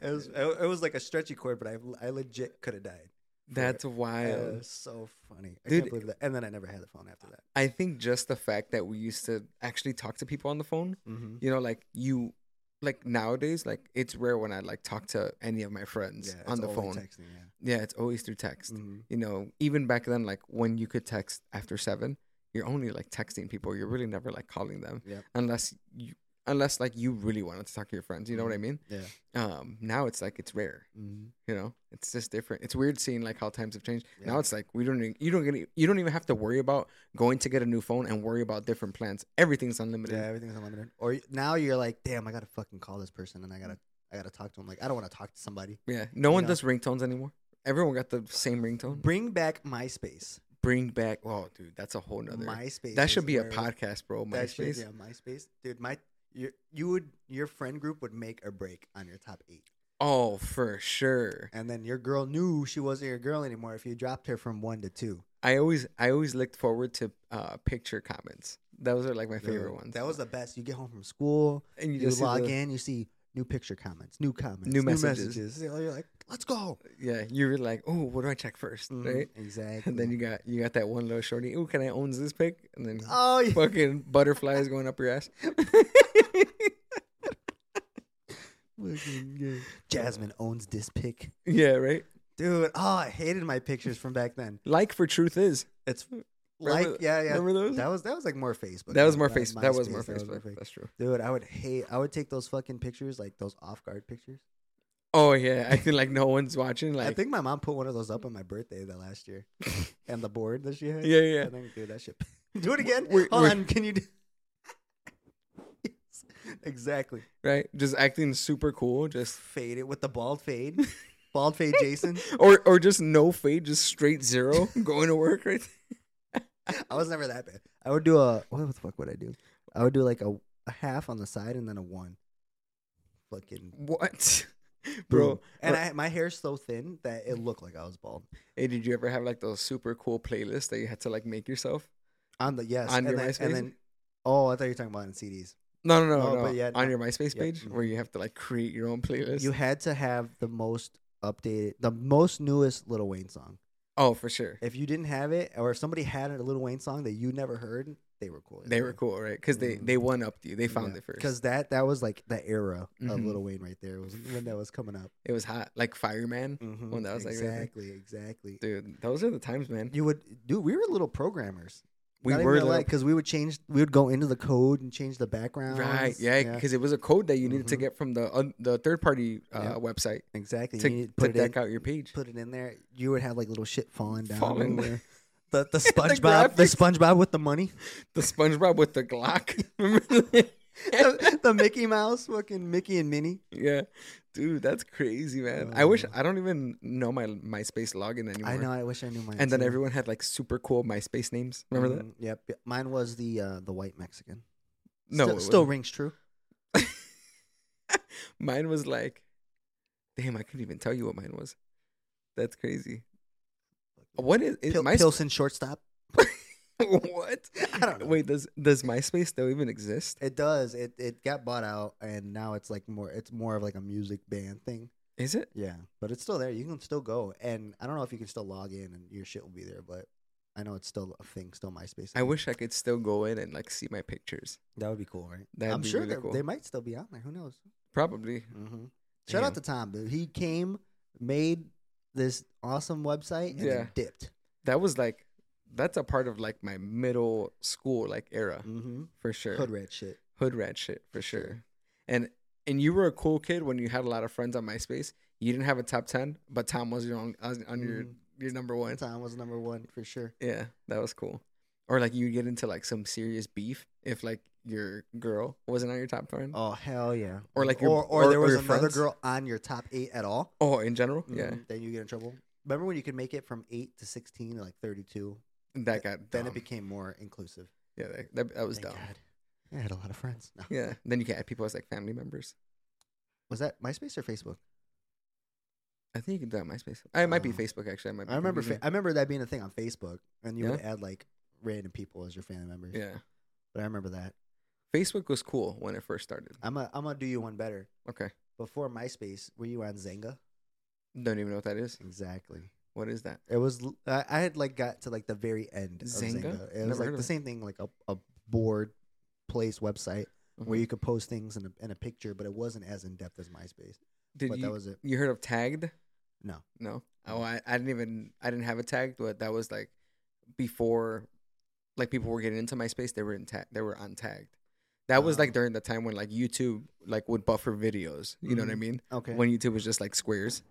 Speaker 2: It was it was like a stretchy cord, but I I legit could have died.
Speaker 1: That's
Speaker 2: It
Speaker 1: wild.
Speaker 2: was so funny. I
Speaker 1: uh, Dude.
Speaker 2: can't believe that. And then I never had the phone after that.
Speaker 1: I think just the fact that we used to actually talk to people on the phone
Speaker 2: Mm-hmm.
Speaker 1: you know like you like nowadays like it's rare when i like talk to any of my friends on the phone
Speaker 2: Texting, yeah.
Speaker 1: yeah it's always through text
Speaker 2: Mhm.
Speaker 1: you know even back then like when you could text after seven you're only like texting people you're really never like calling them
Speaker 2: Yep.
Speaker 1: unless you unless like you really wanted to talk to your friends you know what i
Speaker 2: Mhm.
Speaker 1: mean
Speaker 2: Yeah.
Speaker 1: um now it's like it's rare
Speaker 2: Mm-hmm.
Speaker 1: you know it's just different it's weird seeing like how times have changed now
Speaker 2: Yeah.
Speaker 1: it's like we don't e- you don't get you don't even have to worry about going to get a new phone and worry about different plans everything's unlimited
Speaker 2: Yeah, everything's unlimited. Or y- now you're like, damn, I gotta fucking call this person and I gotta I gotta talk to him. Like I don't want to talk to somebody.
Speaker 1: Yeah, no one
Speaker 2: know?
Speaker 1: does ringtones anymore. Everyone got the same ringtone.
Speaker 2: Bring back MySpace.
Speaker 1: Bring back, oh, dude, that's a whole nother.
Speaker 2: MySpace.
Speaker 1: that
Speaker 2: was
Speaker 1: should be a
Speaker 2: where it was-
Speaker 1: podcast, bro.
Speaker 2: That should-
Speaker 1: MySpace.
Speaker 2: yeah, MySpace, dude. My your you would your friend group would make or break on your top eight.
Speaker 1: Oh, for sure.
Speaker 2: And then your girl knew she wasn't your girl anymore if you dropped her from one to two.
Speaker 1: I always I always looked forward to uh, picture comments. Those are like my favorite
Speaker 2: Dude,
Speaker 1: ones.
Speaker 2: That was the best. You get home from school,
Speaker 1: and
Speaker 2: you,
Speaker 1: just see
Speaker 2: log
Speaker 1: the-
Speaker 2: in, you see new picture comments, new comments,
Speaker 1: New messages.
Speaker 2: You're like, let's go.
Speaker 1: Yeah, you were like, oh, what do I check 1st right?
Speaker 2: Mhm, Exactly.
Speaker 1: And then you got you got that one little shorty. Oh, can I own this pic? And then
Speaker 2: oh, yeah.
Speaker 1: fucking butterflies going up your ass.
Speaker 2: Fucking gay. Jasmine owns this pic.
Speaker 1: yeah, right.
Speaker 2: Dude, oh, I hated my pictures from back then.
Speaker 1: Like for truth is.
Speaker 2: It's like,
Speaker 1: Remember-
Speaker 2: yeah, yeah.
Speaker 1: Remember those?
Speaker 2: That was that was like more Facebook.
Speaker 1: That was
Speaker 2: though.
Speaker 1: more face. That was
Speaker 2: MySpace,
Speaker 1: more Facebook.
Speaker 2: more
Speaker 1: That's true.
Speaker 2: Dude, I would hate. I would take those fucking pictures, like those off guard pictures.
Speaker 1: Oh yeah, I feel like no one's watching. Like
Speaker 2: I think my mom put one of those up on my birthday the last year, and the board that she had.
Speaker 1: yeah, yeah.
Speaker 2: I think, dude, that shit. do it again.
Speaker 1: We're-
Speaker 2: Hold
Speaker 1: we're-
Speaker 2: on, can you? Do... yes, exactly.
Speaker 1: right? Just acting super cool, just
Speaker 2: Fade it with the bald fade, bald fade, Jason.
Speaker 1: or or just no fade, just straight zero, going to work, right?
Speaker 2: I was never that bad. I would do a what the fuck would I do? I would do like a, a half on the side and then a one. Fucking
Speaker 1: What, bro?
Speaker 2: boom. And
Speaker 1: or-
Speaker 2: I, my hair's so thin that it looked like I was bald.
Speaker 1: Hey, did you ever have like those super cool playlists that you had to like make yourself?
Speaker 2: On the yes,
Speaker 1: On
Speaker 2: and
Speaker 1: your
Speaker 2: then,
Speaker 1: MySpace?
Speaker 2: and then oh, I thought you were talking about in CDs.
Speaker 1: No, no, no,
Speaker 2: No,
Speaker 1: no.
Speaker 2: but yeah,
Speaker 1: on
Speaker 2: no.
Speaker 1: your MySpace
Speaker 2: Yep.
Speaker 1: page where you have to like create your own playlist.
Speaker 2: You had to have the most updated, the most newest Little Wayne song.
Speaker 1: oh, for sure.
Speaker 2: If you didn't have it, or if somebody had a Little Wayne song that you never heard, they were cool.
Speaker 1: They were cool, right? Because they
Speaker 2: Mm.
Speaker 1: they one upped you. They found it first.
Speaker 2: because that that was like the era of
Speaker 1: Mhm.
Speaker 2: Little Wayne right there was when that was coming up.
Speaker 1: It was hot, like Fireman,
Speaker 2: Mm-hmm.
Speaker 1: When that was, like, really-
Speaker 2: exactly, exactly.
Speaker 1: dude. Those are the times, man.
Speaker 2: You would, dude. We were little programmers.
Speaker 1: We
Speaker 2: Not even
Speaker 1: were
Speaker 2: gonna lie,
Speaker 1: like,
Speaker 2: because we would change. We would go into the code and change the background.
Speaker 1: right, yeah, because it was a code that you needed to
Speaker 2: Mhm.
Speaker 1: get from the un the third party uh,
Speaker 2: Yep.
Speaker 1: website
Speaker 2: exactly.
Speaker 1: to
Speaker 2: you need to
Speaker 1: put
Speaker 2: put it
Speaker 1: deck
Speaker 2: in,
Speaker 1: out your page.
Speaker 2: put it in there. You would have like little shit falling down.
Speaker 1: Falling.
Speaker 2: everywhere. The the SpongeBob, the,
Speaker 1: graphics.
Speaker 2: SpongeBob with the money,
Speaker 1: The SpongeBob with the Glock. Remember?
Speaker 2: the, the Mickey Mouse, fucking Mickey and Minnie.
Speaker 1: yeah, dude, that's crazy, man. I wish
Speaker 2: Oh.
Speaker 1: I don't even know my MySpace login anymore.
Speaker 2: I know. I wish I knew mine.
Speaker 1: And then
Speaker 2: too.
Speaker 1: everyone had like super cool MySpace names. Remember that?
Speaker 2: Mhm, Yep. yep. Mine was the uh, the white Mexican.
Speaker 1: No,
Speaker 2: still,
Speaker 1: it
Speaker 2: still
Speaker 1: wasn't.
Speaker 2: rings true.
Speaker 1: Mine was like, damn, I couldn't even tell you what mine was. That's crazy. What is, is
Speaker 2: Pil-
Speaker 1: my
Speaker 2: Pilsen shortstop.
Speaker 1: what?
Speaker 2: I don't know.
Speaker 1: Wait, does does MySpace still even exist?
Speaker 2: It does. It it got bought out, and now it's like more. It's more of like a music band thing.
Speaker 1: Is it?
Speaker 2: Yeah, but it's still there. You can still go, and I don't know if you can still log in, and your shit will be there. But I know it's still a thing. Still MySpace.
Speaker 1: I wish I could still go in and like see my pictures.
Speaker 2: that would be cool, right?
Speaker 1: That'd
Speaker 2: I'm
Speaker 1: be
Speaker 2: sure
Speaker 1: really
Speaker 2: that
Speaker 1: cool.
Speaker 2: they might still be on there. Who knows?
Speaker 1: Probably.
Speaker 2: Mm-hmm. Shout out
Speaker 1: Damn.
Speaker 2: to Tom, dude. He came, made this awesome website, and
Speaker 1: Yeah.
Speaker 2: then dipped.
Speaker 1: That was like that's a part of like my middle school like era
Speaker 2: Mm-hmm.
Speaker 1: for sure.
Speaker 2: Hood rat shit.
Speaker 1: Hood rat shit for
Speaker 2: For sure.
Speaker 1: sure. And and you were a cool kid when you had a lot of friends on MySpace. You didn't have a top ten, but Tom was your on, on on your
Speaker 2: Mhm.
Speaker 1: your number one.
Speaker 2: Tom was number one for sure.
Speaker 1: Yeah, that was cool. Or like you get into like some serious beef if like your girl wasn't on your top ten.
Speaker 2: Oh hell yeah!
Speaker 1: Or like your-
Speaker 2: or, or,
Speaker 1: or-
Speaker 2: there
Speaker 1: or
Speaker 2: was
Speaker 1: your
Speaker 2: another
Speaker 1: friends.
Speaker 2: girl on your top eight at all.
Speaker 1: Oh, in general, yeah,
Speaker 2: Mhm. Then you get in trouble. Remember when you could make it from eight to sixteen or like thirty-two?
Speaker 1: that got
Speaker 2: Then
Speaker 1: dumb.
Speaker 2: it became more inclusive.
Speaker 1: yeah, that, that, that was
Speaker 2: Thank
Speaker 1: dumb.
Speaker 2: God. I had a lot of friends. No.
Speaker 1: Yeah, then you can add people as like family members.
Speaker 2: Was that MySpace or Facebook?
Speaker 1: I think you can do that on MySpace. I, it might be
Speaker 2: Oh.
Speaker 1: Facebook actually. I, might be
Speaker 2: I remember. Fa-
Speaker 1: confusing.
Speaker 2: I remember that being a thing on Facebook, and you would add like random people as your family members.
Speaker 1: yeah,
Speaker 2: But I remember that.
Speaker 1: Facebook was cool when it first started.
Speaker 2: I'm gonna I'm gonna do you one better.
Speaker 1: Okay,
Speaker 2: Before MySpace, were you on Zynga?
Speaker 1: don't even know what that is.
Speaker 2: Exactly.
Speaker 1: What is that?
Speaker 2: It was. l- I I had like got to like the very end of
Speaker 1: Zynga?
Speaker 2: Zynga. It
Speaker 1: Never
Speaker 2: was
Speaker 1: heard
Speaker 2: like
Speaker 1: of
Speaker 2: the
Speaker 1: it.
Speaker 2: same thing, like a a board place website. where
Speaker 1: Mhm.
Speaker 2: you could post things in a, in a picture, but it wasn't as in depth as MySpace.
Speaker 1: did
Speaker 2: but
Speaker 1: you
Speaker 2: that was it.
Speaker 1: you heard of tagged?
Speaker 2: No.
Speaker 1: No. Oh, I, I didn't even I didn't have it tagged, but that was like before, like people were getting into MySpace. They were in tag. They were untagged. That was like
Speaker 2: Oh.
Speaker 1: during the time when like YouTube like would buffer videos. You know what I
Speaker 2: Mhm.
Speaker 1: mean?
Speaker 2: Okay.
Speaker 1: When YouTube was just like squares.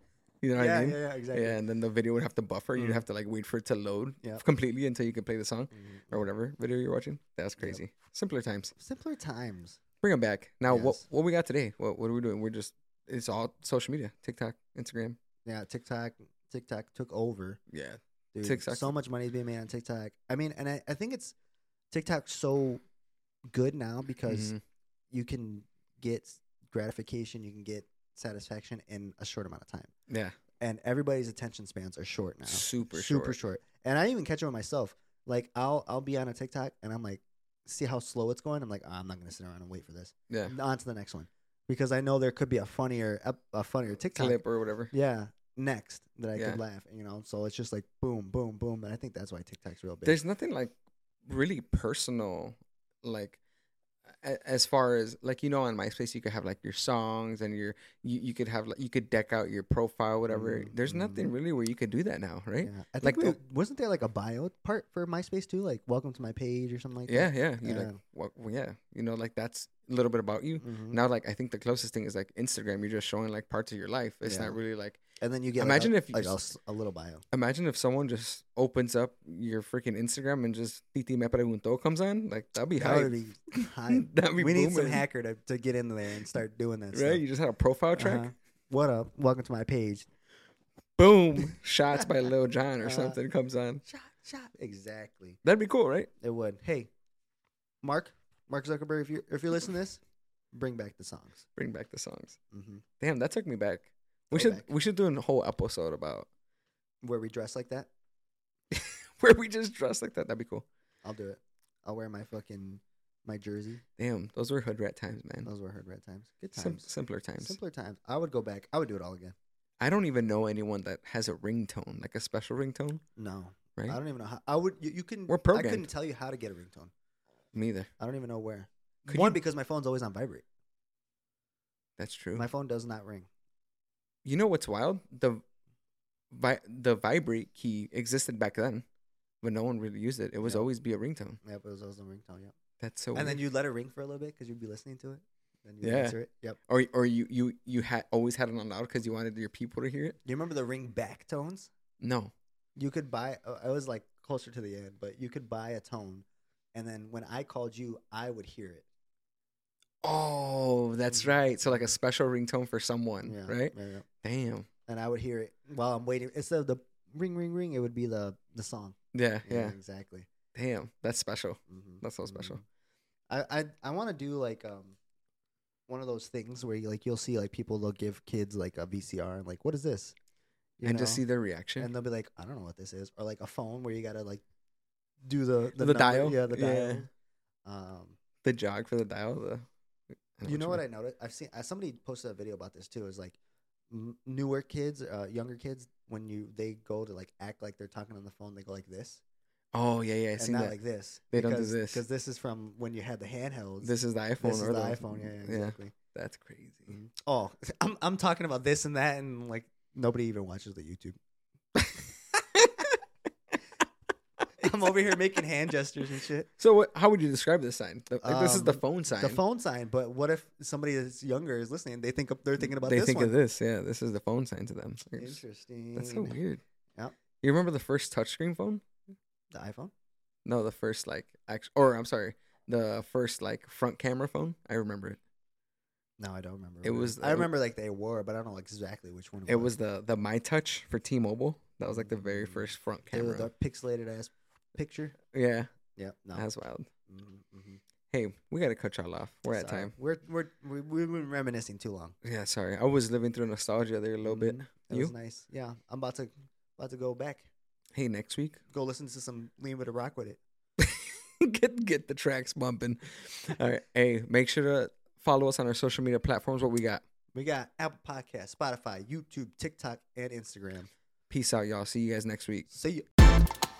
Speaker 1: You know what
Speaker 2: yeah,
Speaker 1: I mean?
Speaker 2: yeah, yeah,
Speaker 1: Yeah,
Speaker 2: exactly.
Speaker 1: and then the video would have to buffer. You'd
Speaker 2: Mhm.
Speaker 1: have to like wait for it to load
Speaker 2: Yep.
Speaker 1: completely until you could play the song
Speaker 2: Mhm.
Speaker 1: or whatever video you're watching. That's crazy. Simpler times.
Speaker 2: Simpler times.
Speaker 1: Bring them back. Now, what
Speaker 2: Yes.
Speaker 1: what we got today? What what are we doing? We're just it's all social media, TikTok, Instagram.
Speaker 2: Yeah, TikTok, TikTok took over.
Speaker 1: Yeah,
Speaker 2: Dude,
Speaker 1: TikTok.
Speaker 2: So much money is being made on TikTok. I mean, and I, I think it's TikTok's so good now because
Speaker 1: Mhm.
Speaker 2: you can get gratification, you can get satisfaction in a short amount of time.
Speaker 1: Yeah.
Speaker 2: And everybody's attention spans are short now.
Speaker 1: Super,
Speaker 2: Super
Speaker 1: short.
Speaker 2: short. And I even catch it with myself. Like I'll I'll be on a TikTok and I'm like, see how slow it's going. I'm like, "Ah, I'm not gonna sit around and wait for this.
Speaker 1: Yeah.
Speaker 2: On to the next one because I know there could be a funnier ep- a funnier TikTok.
Speaker 1: Clip or whatever.
Speaker 2: Yeah. Next that I
Speaker 1: Yeah.
Speaker 2: could laugh, you know. So it's just like boom, boom, boom, and I think that's why TikTok's real big.
Speaker 1: There's nothing like really personal, like a- as far as like you know on MySpace you could have like your songs and your you, you could have like you could deck out your profile whatever.
Speaker 2: Mhm,
Speaker 1: There's
Speaker 2: mhm.
Speaker 1: nothing really where you could do that now, right?
Speaker 2: Yeah. I
Speaker 1: Like
Speaker 2: think we-
Speaker 1: the-
Speaker 2: wasn't there like a bio part for MySpace too? Like welcome to my page or something like
Speaker 1: Yeah,
Speaker 2: that.
Speaker 1: yeah. You like
Speaker 2: Yeah.
Speaker 1: well, well, yeah, you know like that's a little bit about you.
Speaker 2: Mhm.
Speaker 1: Now like I think the closest thing is like Instagram. You're just showing like parts of your life. It's
Speaker 2: Yeah.
Speaker 1: not really like
Speaker 2: And then you get
Speaker 1: Imagine if
Speaker 2: like, a,
Speaker 1: you
Speaker 2: like a
Speaker 1: just-
Speaker 2: s- a, little bio.
Speaker 1: imagine if someone just opens up your freaking Instagram and just Titi me preguntó comes on. Like that'd be
Speaker 2: That
Speaker 1: high.
Speaker 2: would be hype.
Speaker 1: That'd be
Speaker 2: we need some
Speaker 1: booming.
Speaker 2: hacker to, to get in there and start doing that.
Speaker 1: Right, you just had a profile
Speaker 2: stuff.
Speaker 1: track.
Speaker 2: Uh-huh. What up? Welcome to my page.
Speaker 1: Boom! Shots by Lil Jon or
Speaker 2: Uh,
Speaker 1: something comes on.
Speaker 2: Shot, shot. Exactly.
Speaker 1: That'd be cool, right?
Speaker 2: It would. Hey, Mark, Mark Zuckerberg, if you are if you're listening to this, bring back the songs.
Speaker 1: Bring back the songs.
Speaker 2: hmm
Speaker 1: Damn, that took me back. We
Speaker 2: Go
Speaker 1: should
Speaker 2: back.
Speaker 1: we should do a whole episode about
Speaker 2: Where we dress like that,
Speaker 1: where we just dress like that. That'd be cool.
Speaker 2: I'll do it. I'll wear my fucking my jersey.
Speaker 1: Damn, those were hood rat times, man.
Speaker 2: Those were hard red times. Good
Speaker 1: Mm. Sim-
Speaker 2: times.
Speaker 1: simpler times.
Speaker 2: Simpler times. I would go back. I would do it all again.
Speaker 1: I don't even know anyone that has a ringtone, like a special ringtone.
Speaker 2: No,
Speaker 1: Right?
Speaker 2: I don't even know how. I would. You, you can.
Speaker 1: We're
Speaker 2: I couldn't
Speaker 1: programmed.
Speaker 2: tell you how to get a ringtone.
Speaker 1: Me either.
Speaker 2: I don't even know where.
Speaker 1: Could
Speaker 2: One
Speaker 1: you-
Speaker 2: because my phone's always on vibrate.
Speaker 1: That's true.
Speaker 2: My phone does not ring.
Speaker 1: you know what's wild? The vi- the vibrate key existed back then, but no one really used it. It was
Speaker 2: Yeah.
Speaker 1: always be a ringtone.
Speaker 2: Yep, it was always on ringtone. Yep.
Speaker 1: That's so.
Speaker 2: And then
Speaker 1: weird.
Speaker 2: you'd let it ring for a little bit because you'd be listening to it. Then you
Speaker 1: Yeah.
Speaker 2: yeah. answer it. Yep.
Speaker 1: or or you you you had always had it on loud because you wanted your people to hear it.
Speaker 2: Do you remember the ring back tones?
Speaker 1: No,
Speaker 2: You could buy. uh, I was like closer to the end, but you could buy a tone, and then when I called you, I would hear it.
Speaker 1: Oh, that's
Speaker 2: Mhm.
Speaker 1: right. So like a special ringtone for someone,
Speaker 2: Yeah.
Speaker 1: right?
Speaker 2: Yeah, yeah.
Speaker 1: Damn.
Speaker 2: And I would hear it while I'm waiting. Instead of the ring, ring, ring, it would be the the song.
Speaker 1: Yeah, yeah.
Speaker 2: Exactly.
Speaker 1: Damn. That's special.
Speaker 2: Mm-hmm.
Speaker 1: That's so special.
Speaker 2: I I I want to do like um one of those things where you like you'll see like people they'll give kids like a VCR and like what is this? You
Speaker 1: and just
Speaker 2: know?
Speaker 1: see their reaction.
Speaker 2: and they'll be like I don't know what this is or like a phone where you gotta like do the
Speaker 1: The
Speaker 2: number-
Speaker 1: dial?
Speaker 2: yeah the dial.
Speaker 1: Yeah.
Speaker 2: Um,
Speaker 1: the jog for the dial. The,
Speaker 2: you know what I noticed? I've seen uh, somebody posted a video about this too. Is like m- newer kids, uh, younger kids when you they go to like act like they're talking on the phone, they go like this
Speaker 1: Oh yeah, yeah. I
Speaker 2: and
Speaker 1: seen
Speaker 2: not
Speaker 1: that.
Speaker 2: like this.
Speaker 1: They don't do this.
Speaker 2: because this is from when you had the handhelds.
Speaker 1: this is the iPhone.
Speaker 2: This is
Speaker 1: or
Speaker 2: the iPhone. Yeah, yeah, exactly.
Speaker 1: That's crazy.
Speaker 2: Mhm. Oh, I'm I'm talking about this and that and like nobody even watches the YouTube. I'm over here making hand gestures and shit.
Speaker 1: So what, how would you describe this sign? The- like, this is the
Speaker 2: Um,
Speaker 1: phone sign.
Speaker 2: The phone sign, but what if somebody that's younger is listening? They think of, they're thinking about
Speaker 1: They
Speaker 2: this
Speaker 1: think
Speaker 2: one.
Speaker 1: of this. Yeah, this is the phone sign to them. It's-
Speaker 2: Interesting.
Speaker 1: That's so weird.
Speaker 2: Yep.
Speaker 1: You remember the first touchscreen phone?
Speaker 2: The iPhone.
Speaker 1: No, the first like act- or I'm sorry, the first like front camera phone. I remember it.
Speaker 2: No, I don't remember.
Speaker 1: It
Speaker 2: what
Speaker 1: was-
Speaker 2: I remember like they were, but I don't know exactly which one.
Speaker 1: It was the the My Touch for T-Mobile. That was like the very
Speaker 2: Mm.
Speaker 1: first front
Speaker 2: It was
Speaker 1: camera.
Speaker 2: the pixelated ass picture.
Speaker 1: Yeah,
Speaker 2: Yep. No.
Speaker 1: that's wild.
Speaker 2: Mhm, mhm.
Speaker 1: Hey, we gotta cut y'all off. We're at
Speaker 2: Sorry.
Speaker 1: time.
Speaker 2: We're we're we, we've been reminiscing too long.
Speaker 1: Yeah, sorry. I was living through nostalgia there a little bit.
Speaker 2: Mhm. That
Speaker 1: You?
Speaker 2: was nice. Yeah, I'm about to about to go back.
Speaker 1: Hey, next week,
Speaker 2: Go listen to some Lean with a Rock with it.
Speaker 1: get get the tracks bumping. All right. Hey, make sure to follow us on our social media platforms. What we got?
Speaker 2: We got Apple Podcast, Spotify, YouTube, TikTok, and Instagram.
Speaker 1: Peace out, y'all. See you guys next week.
Speaker 2: See ya.